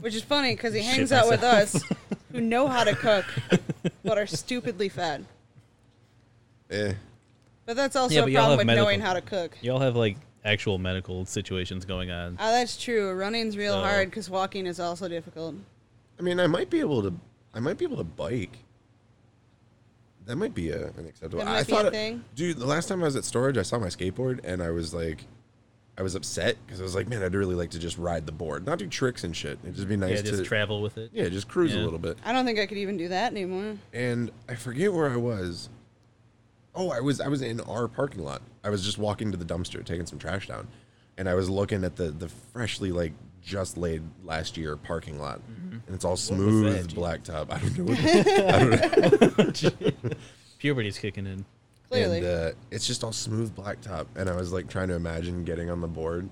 [SPEAKER 4] which is funny because he
[SPEAKER 3] Shit
[SPEAKER 4] hangs out with
[SPEAKER 3] myself.
[SPEAKER 4] us who know how to cook but are stupidly fat.
[SPEAKER 3] Eh.
[SPEAKER 4] But that's also
[SPEAKER 2] yeah,
[SPEAKER 4] a
[SPEAKER 2] but y'all
[SPEAKER 4] problem
[SPEAKER 2] have
[SPEAKER 4] with
[SPEAKER 2] medical.
[SPEAKER 4] knowing how to cook.
[SPEAKER 2] Y'all have like actual medical situations going on.
[SPEAKER 4] Ah, that's true. Running's real
[SPEAKER 2] So-
[SPEAKER 4] hard because walking is also difficult.
[SPEAKER 3] I mean, I might be able to. I might be able to bike. That might be a, an acceptable.
[SPEAKER 4] That might
[SPEAKER 3] I
[SPEAKER 4] be
[SPEAKER 3] thought,
[SPEAKER 4] a
[SPEAKER 3] it-
[SPEAKER 4] thing.
[SPEAKER 3] dude. The last time I was at storage, I saw my skateboard, and I was like, I was upset because I was like, man, I'd really like to just ride the board, not do tricks and shit. It'd just be nice
[SPEAKER 2] yeah, just
[SPEAKER 3] to
[SPEAKER 2] travel with it.
[SPEAKER 3] Yeah, just cruise a
[SPEAKER 2] Yeah.
[SPEAKER 3] little bit.
[SPEAKER 4] I don't think I could even do that anymore.
[SPEAKER 3] and I forget where I was. Oh, I was I was in our parking lot. I was just walking to the dumpster, taking some trash down, and I was looking at the the freshly like just laid last year parking lot, and it's all smooth blacktop. I don't know. What, I don't know.
[SPEAKER 2] Puberty's kicking in.
[SPEAKER 4] Clearly.
[SPEAKER 3] and, uh, it's just all smooth blacktop, and I was like trying to imagine getting on the board,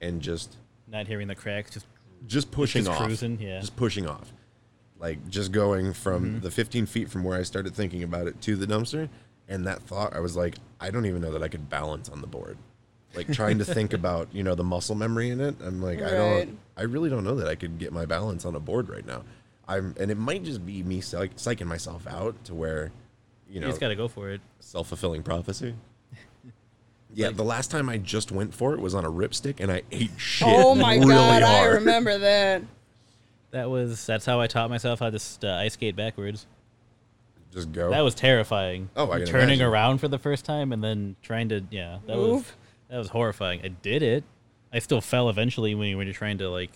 [SPEAKER 3] and just
[SPEAKER 2] Not hearing the cracks, just
[SPEAKER 3] just pushing
[SPEAKER 2] just
[SPEAKER 3] off,
[SPEAKER 2] cruising, yeah. Mm-hmm.
[SPEAKER 3] just pushing off, like just going from the 15 feet from where I started thinking about it to the dumpster, and that thought I was like, I don't even know that I could balance on the board, like trying to think about you know the muscle memory in it. I'm like, I
[SPEAKER 4] Right.
[SPEAKER 3] don't, I really don't know that I could get my balance on a board right now. I'm, and it might just be me psych- psyching myself out to where, you
[SPEAKER 2] You
[SPEAKER 3] know,
[SPEAKER 2] just gotta go for it.
[SPEAKER 3] self fulfilling prophecy. Yeah, the last time I just went for it was on a ripstick, and I ate shit.
[SPEAKER 4] oh my
[SPEAKER 3] really
[SPEAKER 4] god, I
[SPEAKER 3] hard.
[SPEAKER 4] remember that.
[SPEAKER 2] That was that's how I taught myself how to st- uh, ice skate backwards.
[SPEAKER 3] Just go.
[SPEAKER 2] That was terrifying.
[SPEAKER 3] Oh, I can
[SPEAKER 2] turning
[SPEAKER 3] imagine.
[SPEAKER 2] around for the first time and then trying to yeah, that was
[SPEAKER 4] Move.
[SPEAKER 2] that was horrifying. I did it. I still fell eventually when you when you're trying to like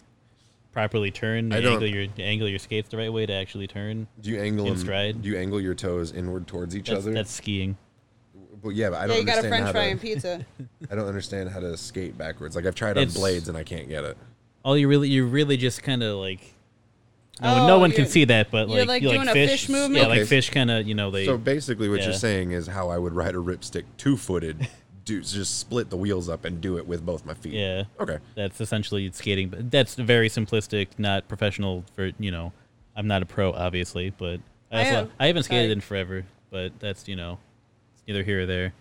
[SPEAKER 2] properly turn,
[SPEAKER 3] I
[SPEAKER 2] you
[SPEAKER 3] don't-
[SPEAKER 2] angle your angle your skates the right way to actually turn.
[SPEAKER 3] Do you angle
[SPEAKER 2] in
[SPEAKER 3] 'em-
[SPEAKER 2] stride?
[SPEAKER 3] Do you angle your toes inward towards each
[SPEAKER 2] That's-
[SPEAKER 3] other?
[SPEAKER 2] that's skiing.
[SPEAKER 3] Well, yeah, but I
[SPEAKER 4] yeah,
[SPEAKER 3] don't
[SPEAKER 4] you got a
[SPEAKER 3] understand
[SPEAKER 4] French
[SPEAKER 3] how
[SPEAKER 4] fry
[SPEAKER 3] to,
[SPEAKER 4] and pizza.
[SPEAKER 3] I don't understand how to skate backwards. Like I've tried on
[SPEAKER 2] It's-
[SPEAKER 3] blades and I can't get it.
[SPEAKER 2] All you really you really just kind of like no, no
[SPEAKER 4] Oh,
[SPEAKER 2] one can
[SPEAKER 4] you're-
[SPEAKER 2] see that, but
[SPEAKER 4] you're,
[SPEAKER 2] like,
[SPEAKER 4] like,
[SPEAKER 2] you
[SPEAKER 4] doing
[SPEAKER 2] like
[SPEAKER 4] a
[SPEAKER 2] fish,
[SPEAKER 4] fish movement?
[SPEAKER 2] Yeah, like
[SPEAKER 3] Okay.
[SPEAKER 2] fish kind of you know they.
[SPEAKER 3] so basically, what
[SPEAKER 2] yeah.
[SPEAKER 3] you're saying is how I would ride a ripstick two footed, do just split the wheels up and do it with both my feet.
[SPEAKER 2] Yeah.
[SPEAKER 3] Okay.
[SPEAKER 2] That's essentially skating, but that's very simplistic, not professional. For you know, I'm not a pro, obviously, but I,
[SPEAKER 4] I
[SPEAKER 2] also,
[SPEAKER 4] am.
[SPEAKER 2] I haven't skated
[SPEAKER 4] Sorry.
[SPEAKER 2] in forever. But that's you know, it's neither here or there.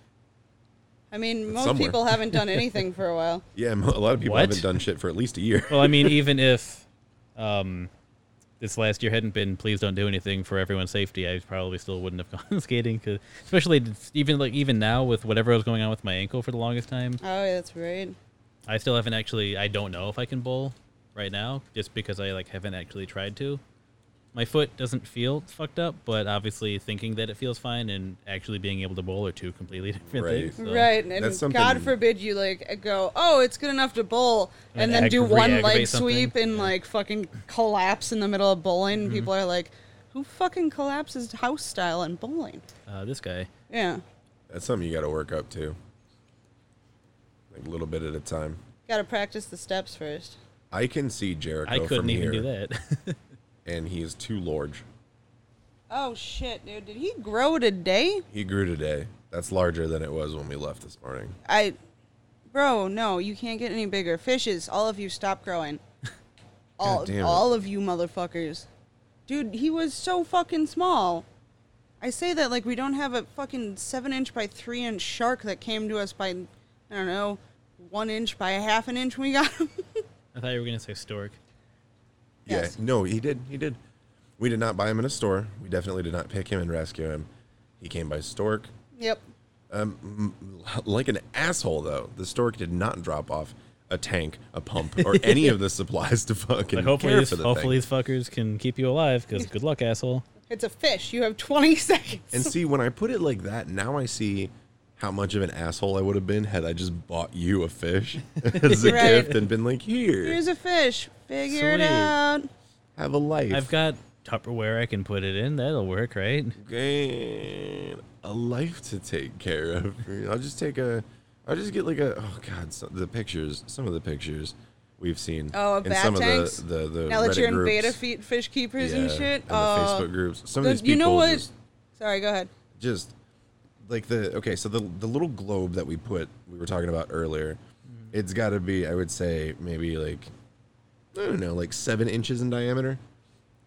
[SPEAKER 4] I mean,
[SPEAKER 3] It's
[SPEAKER 4] most
[SPEAKER 3] somewhere.
[SPEAKER 4] people haven't done anything for a while.
[SPEAKER 3] Yeah, mo- a lot of people
[SPEAKER 2] What?
[SPEAKER 3] haven't done shit for at least a year.
[SPEAKER 2] Well, I mean, even if um, this last year hadn't been, please don't do anything for everyone's safety. I probably still wouldn't have gone skating, 'cause- especially even like even now with whatever was going on with my ankle for the longest time.
[SPEAKER 4] Oh, yeah, that's right.
[SPEAKER 2] I still haven't actually. I don't know if I can bowl right now, just because I like haven't actually tried to. my foot doesn't feel fucked up, but obviously thinking that it feels fine and actually being able to bowl are two completely different
[SPEAKER 6] Right.
[SPEAKER 2] things. so-
[SPEAKER 4] Right, and God forbid you like go, oh, it's good enough to bowl,
[SPEAKER 2] And
[SPEAKER 4] and,
[SPEAKER 2] then
[SPEAKER 4] then do
[SPEAKER 2] ag-
[SPEAKER 4] one
[SPEAKER 2] re-aggravate
[SPEAKER 4] leg sweep
[SPEAKER 2] something.
[SPEAKER 4] and like fucking collapse in the middle of bowling.
[SPEAKER 2] Mm-hmm.
[SPEAKER 4] and People are like, who fucking collapses house style in bowling?
[SPEAKER 2] Uh, this guy.
[SPEAKER 4] Yeah,
[SPEAKER 3] That's something you got to work up to. Like a little bit at a time.
[SPEAKER 4] gotta practice the steps first.
[SPEAKER 3] I can see Jericho.
[SPEAKER 2] I couldn't
[SPEAKER 3] from
[SPEAKER 2] even
[SPEAKER 3] here,
[SPEAKER 2] do that.
[SPEAKER 3] and he is too large.
[SPEAKER 4] Oh shit, dude! Did he grow today?
[SPEAKER 3] He grew today. That's larger than it was when we left this morning.
[SPEAKER 4] I, bro, no, you can't get any bigger. Fishes, all of you, stop growing. all,
[SPEAKER 3] damn it.
[SPEAKER 4] all of you, motherfuckers. Dude, he was so fucking small. I say that like we don't have a fucking seven inch by three inch shark that came to us by, I don't know, one inch by a half an inch. when We got him.
[SPEAKER 2] I thought you were gonna say stork.
[SPEAKER 3] Yeah. No, he did. He did. We did not buy him in a store. We definitely did not pick him and rescue him. He came by stork.
[SPEAKER 4] yep.
[SPEAKER 3] Um, m- like an asshole though, the stork did not drop off a tank, a pump, or any of the supplies to fucking
[SPEAKER 2] But hopefully,
[SPEAKER 3] care
[SPEAKER 2] this,
[SPEAKER 3] for the
[SPEAKER 2] hopefully
[SPEAKER 3] thing.
[SPEAKER 2] these fuckers can keep you alive. Because good luck, asshole.
[SPEAKER 4] It's a fish. You have twenty seconds.
[SPEAKER 3] And see, when I put it like that, now I see how much of an asshole I would have been had I just bought you a fish as a
[SPEAKER 4] Right.
[SPEAKER 3] gift and been like, here,
[SPEAKER 4] Here's a fish. Figure it
[SPEAKER 2] Sweet.
[SPEAKER 4] out.
[SPEAKER 3] have a life.
[SPEAKER 2] I've got Tupperware. I can put it in. That'll work, right?
[SPEAKER 3] Gain a life to take care of. I'll just take a. I'll just get like a. Oh God, so the pictures. Some of the pictures we've seen.
[SPEAKER 4] Oh, a
[SPEAKER 3] in
[SPEAKER 4] bat
[SPEAKER 3] some
[SPEAKER 4] tanks.
[SPEAKER 3] of the the, the
[SPEAKER 4] now that
[SPEAKER 3] Reddit
[SPEAKER 4] you're in
[SPEAKER 3] groups.
[SPEAKER 4] beta feet fish keepers and
[SPEAKER 3] Yeah,
[SPEAKER 4] shit.
[SPEAKER 3] and the
[SPEAKER 4] uh,
[SPEAKER 3] Facebook groups. Some of
[SPEAKER 4] the-
[SPEAKER 3] these
[SPEAKER 4] You know
[SPEAKER 3] people
[SPEAKER 4] what?
[SPEAKER 3] just-
[SPEAKER 4] Sorry, go ahead.
[SPEAKER 3] just like the okay so the the little globe that we put we were talking about earlier
[SPEAKER 4] Mm-hmm.
[SPEAKER 3] it's got to be i would say maybe like i don't know like seven inches in diameter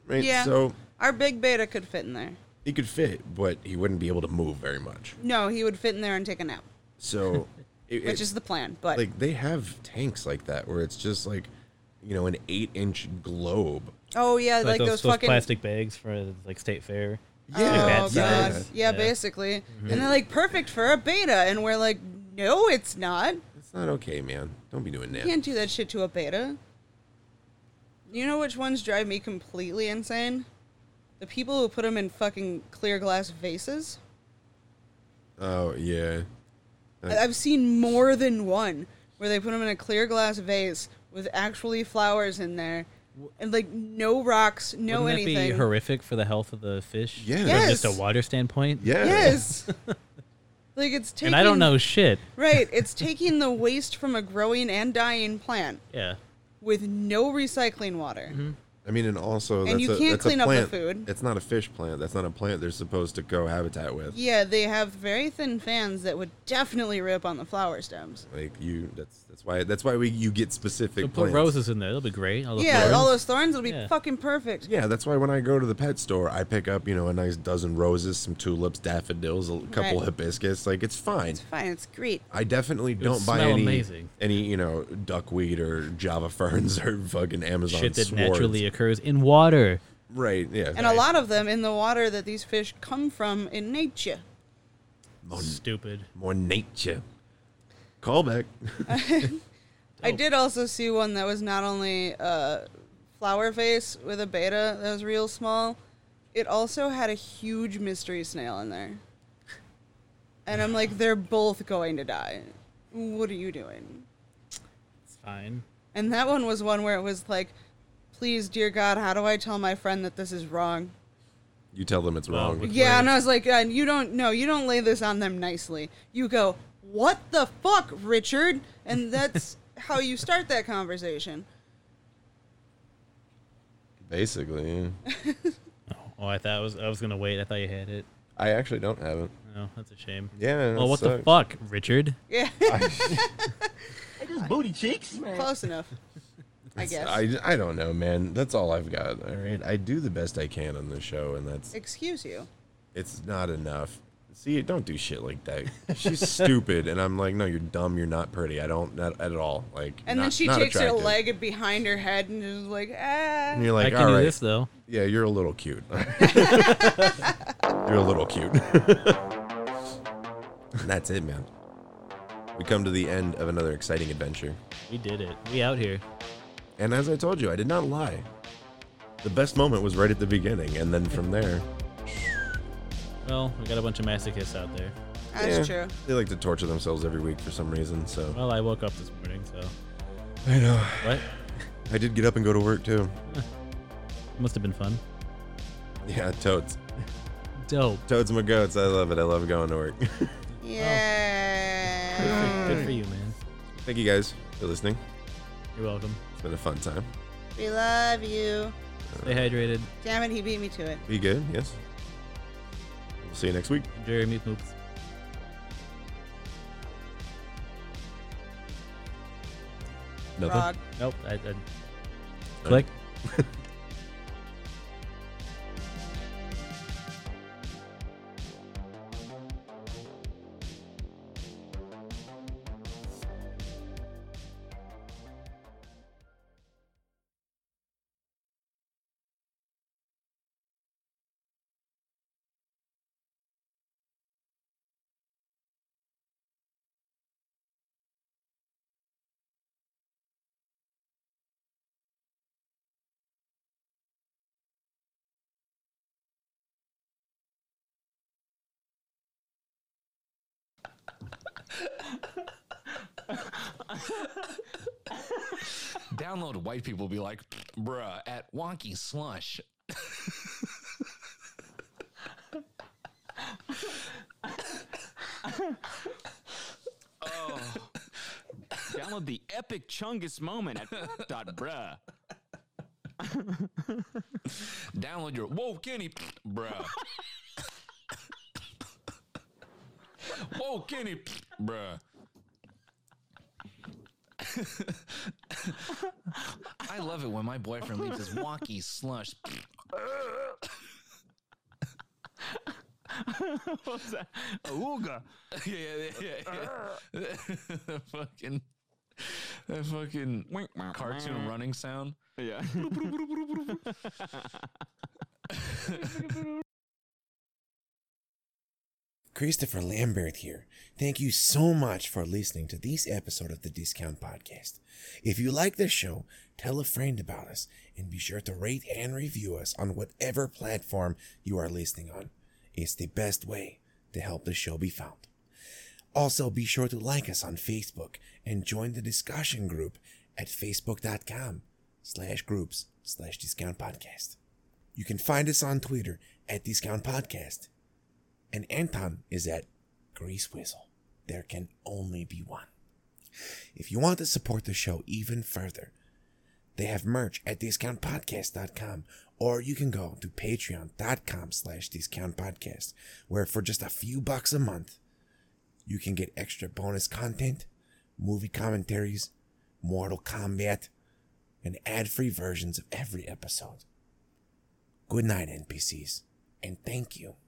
[SPEAKER 3] right
[SPEAKER 4] Yeah.
[SPEAKER 3] so
[SPEAKER 4] Our big beta could fit in there.
[SPEAKER 3] he could fit but he wouldn't be able to move very much
[SPEAKER 4] No, he would fit in there and take a nap,
[SPEAKER 3] so it,
[SPEAKER 4] which
[SPEAKER 3] it-
[SPEAKER 4] is the plan. But
[SPEAKER 3] like they have tanks like that where it's just like you know an eight inch globe
[SPEAKER 4] oh yeah, like, those, fucking
[SPEAKER 2] plastic bags for like state fair.
[SPEAKER 4] Oh,
[SPEAKER 2] Like that
[SPEAKER 4] God.
[SPEAKER 2] size.
[SPEAKER 4] Yeah, basically.
[SPEAKER 3] Mhm.
[SPEAKER 4] And they're like perfect for a beta, and we're like, no, it's not.
[SPEAKER 3] it's not okay man don't be doing
[SPEAKER 4] You
[SPEAKER 3] that
[SPEAKER 4] can't do that shit to a beta. You know which ones drive me completely insane? The people who put them in fucking clear glass vases.
[SPEAKER 3] oh yeah
[SPEAKER 4] I- I've seen more than one where they put them in a clear glass vase with actually flowers in there, and like no rocks, no
[SPEAKER 2] Wouldn't that
[SPEAKER 4] anything.
[SPEAKER 2] be horrific for the health of the fish?
[SPEAKER 3] Yeah.
[SPEAKER 2] From just a
[SPEAKER 4] Yes.
[SPEAKER 2] water standpoint.
[SPEAKER 3] Yeah.
[SPEAKER 4] Yes. like it's taking.
[SPEAKER 2] And I don't know shit.
[SPEAKER 4] Right, it's taking the waste from a growing and dying plant
[SPEAKER 2] Yeah.
[SPEAKER 4] with no recycling water.
[SPEAKER 2] Mm-hmm.
[SPEAKER 3] I mean, and also
[SPEAKER 4] And
[SPEAKER 3] that's
[SPEAKER 4] you
[SPEAKER 3] a,
[SPEAKER 4] can't
[SPEAKER 3] that's
[SPEAKER 4] clean
[SPEAKER 3] a
[SPEAKER 4] up the
[SPEAKER 3] plant.
[SPEAKER 4] food.
[SPEAKER 3] It's not a fish plant. That's not a plant they're supposed to cohabitat with.
[SPEAKER 4] Yeah, they have very thin fans that would definitely rip on the flower stems.
[SPEAKER 3] Like you, that's that's why that's why we you get specific
[SPEAKER 2] So put
[SPEAKER 3] plants.
[SPEAKER 2] roses in there. That'll be great. All the
[SPEAKER 4] yeah,
[SPEAKER 2] flowers.
[SPEAKER 4] all those thorns will be
[SPEAKER 2] Yeah.
[SPEAKER 4] fucking perfect.
[SPEAKER 3] Yeah, that's why when I go to the pet store, I pick up you know a nice dozen roses, some tulips, daffodils, a couple
[SPEAKER 4] Right.
[SPEAKER 3] hibiscus. Like it's fine.
[SPEAKER 4] It's fine, it's great.
[SPEAKER 3] I definitely
[SPEAKER 2] would
[SPEAKER 3] don't buy
[SPEAKER 2] smell
[SPEAKER 3] any
[SPEAKER 2] amazing.
[SPEAKER 3] any you know duckweed or Java ferns or fucking Amazon
[SPEAKER 2] shit that
[SPEAKER 3] swards.
[SPEAKER 2] naturally occurs in water.
[SPEAKER 3] Right. Yeah.
[SPEAKER 4] And a lot of them in the water that these fish come from in nature.
[SPEAKER 3] more,
[SPEAKER 2] Stupid.
[SPEAKER 3] more nature. Callback.
[SPEAKER 4] I did also see one that was not only a flower face with a beta that was real small, it also had a huge mystery snail in there. And I'm like, they're both going to die. What are you doing?
[SPEAKER 2] It's fine.
[SPEAKER 4] And that one was one where it was like, please, dear God, how do I tell my friend that this is wrong?
[SPEAKER 3] You tell them it's
[SPEAKER 2] Well,
[SPEAKER 3] wrong.
[SPEAKER 2] with
[SPEAKER 4] Yeah, and I was like, uh, you don't, no, you don't lay this on them nicely. You go, what the fuck, Richard? And that's how you start that conversation.
[SPEAKER 3] Basically, yeah.
[SPEAKER 2] Oh, I thought I was I was gonna wait. I thought you had it.
[SPEAKER 3] I actually don't have it.
[SPEAKER 2] No, that's a shame.
[SPEAKER 3] Yeah,
[SPEAKER 2] Well,
[SPEAKER 3] that
[SPEAKER 2] what the
[SPEAKER 3] sucks.
[SPEAKER 2] fuck, Richard?
[SPEAKER 4] Yeah.
[SPEAKER 7] Just booty cheeks.
[SPEAKER 4] Close enough. I guess.
[SPEAKER 3] I, I don't know, man. That's all I've got. All right, I do the best I can on the show, and that's
[SPEAKER 4] Excuse you.
[SPEAKER 3] it's not enough. See, don't do shit like that. She's stupid, and I'm like, no, you're dumb. You're not pretty. I don't not at all. Like,
[SPEAKER 4] And then
[SPEAKER 3] not-
[SPEAKER 4] she
[SPEAKER 3] not
[SPEAKER 4] takes
[SPEAKER 3] attractive.
[SPEAKER 4] her leg behind her head and is like, ah.
[SPEAKER 3] and you're like,
[SPEAKER 2] I can
[SPEAKER 3] all
[SPEAKER 2] do
[SPEAKER 3] right,
[SPEAKER 2] this though.
[SPEAKER 3] yeah, you're a little cute. you're a little cute. And that's it, man. We come to the end of another exciting adventure.
[SPEAKER 2] We did it. We out here.
[SPEAKER 3] And as I told you, I did not lie. The best moment was right at the beginning, and then from there,
[SPEAKER 2] Well, we got a bunch of masochists out there.
[SPEAKER 4] That's
[SPEAKER 3] yeah,
[SPEAKER 4] true.
[SPEAKER 3] They like to torture themselves every week for some reason. So
[SPEAKER 2] Well, I woke up this morning, so
[SPEAKER 3] I know.
[SPEAKER 2] What?
[SPEAKER 3] I did get up and go to work too.
[SPEAKER 2] must have been fun.
[SPEAKER 3] Yeah, toads.
[SPEAKER 2] Dope.
[SPEAKER 3] Toads my goats. I love it. I love going to work.
[SPEAKER 7] Oh.
[SPEAKER 4] Yeah.
[SPEAKER 2] Good for you, man.
[SPEAKER 3] Thank you guys for listening.
[SPEAKER 2] You're welcome.
[SPEAKER 3] It's been a fun time.
[SPEAKER 4] We love you.
[SPEAKER 2] Stay hydrated.
[SPEAKER 4] Damn it, he beat me to it.
[SPEAKER 3] Be good. Yes. We'll see you next week.
[SPEAKER 2] Jeremy poops.
[SPEAKER 3] Nothing.
[SPEAKER 4] Frog.
[SPEAKER 2] Nope. I, I... Click.
[SPEAKER 7] Download white people be like, bruh, at wonky slush.
[SPEAKER 13] Oh. Download the epic Chungus moment at dot bruh.
[SPEAKER 7] Download your whoa Kenny, bruh. whoa Kenny, bruh. I love it when my boyfriend leaves his wonky slush.
[SPEAKER 13] What's that? Ooga.
[SPEAKER 7] yeah, yeah, yeah, yeah. the fucking, the fucking cartoon running sound.
[SPEAKER 13] Yeah.
[SPEAKER 14] Christopher Lambert here. Thank you so much for listening to this episode of the Discount Podcast. If you like this show, tell a friend about us and be sure to rate and review us on whatever platform you are listening on. It's the best way to help the show be found. Also, be sure to like us on Facebook and join the discussion group at facebook.com slash groups slash discount podcast. You can find us on Twitter at discount podcast and Anton is at Grease Whistle. There can only be one. If you want to support the show even further, they have merch at discountpodcast.com or you can go to patreon.com slash discountpodcast where for just a few bucks a month, you can get extra bonus content, movie commentaries, Mortal Kombat, and ad-free versions of every episode. Good night, NPCs, and thank you.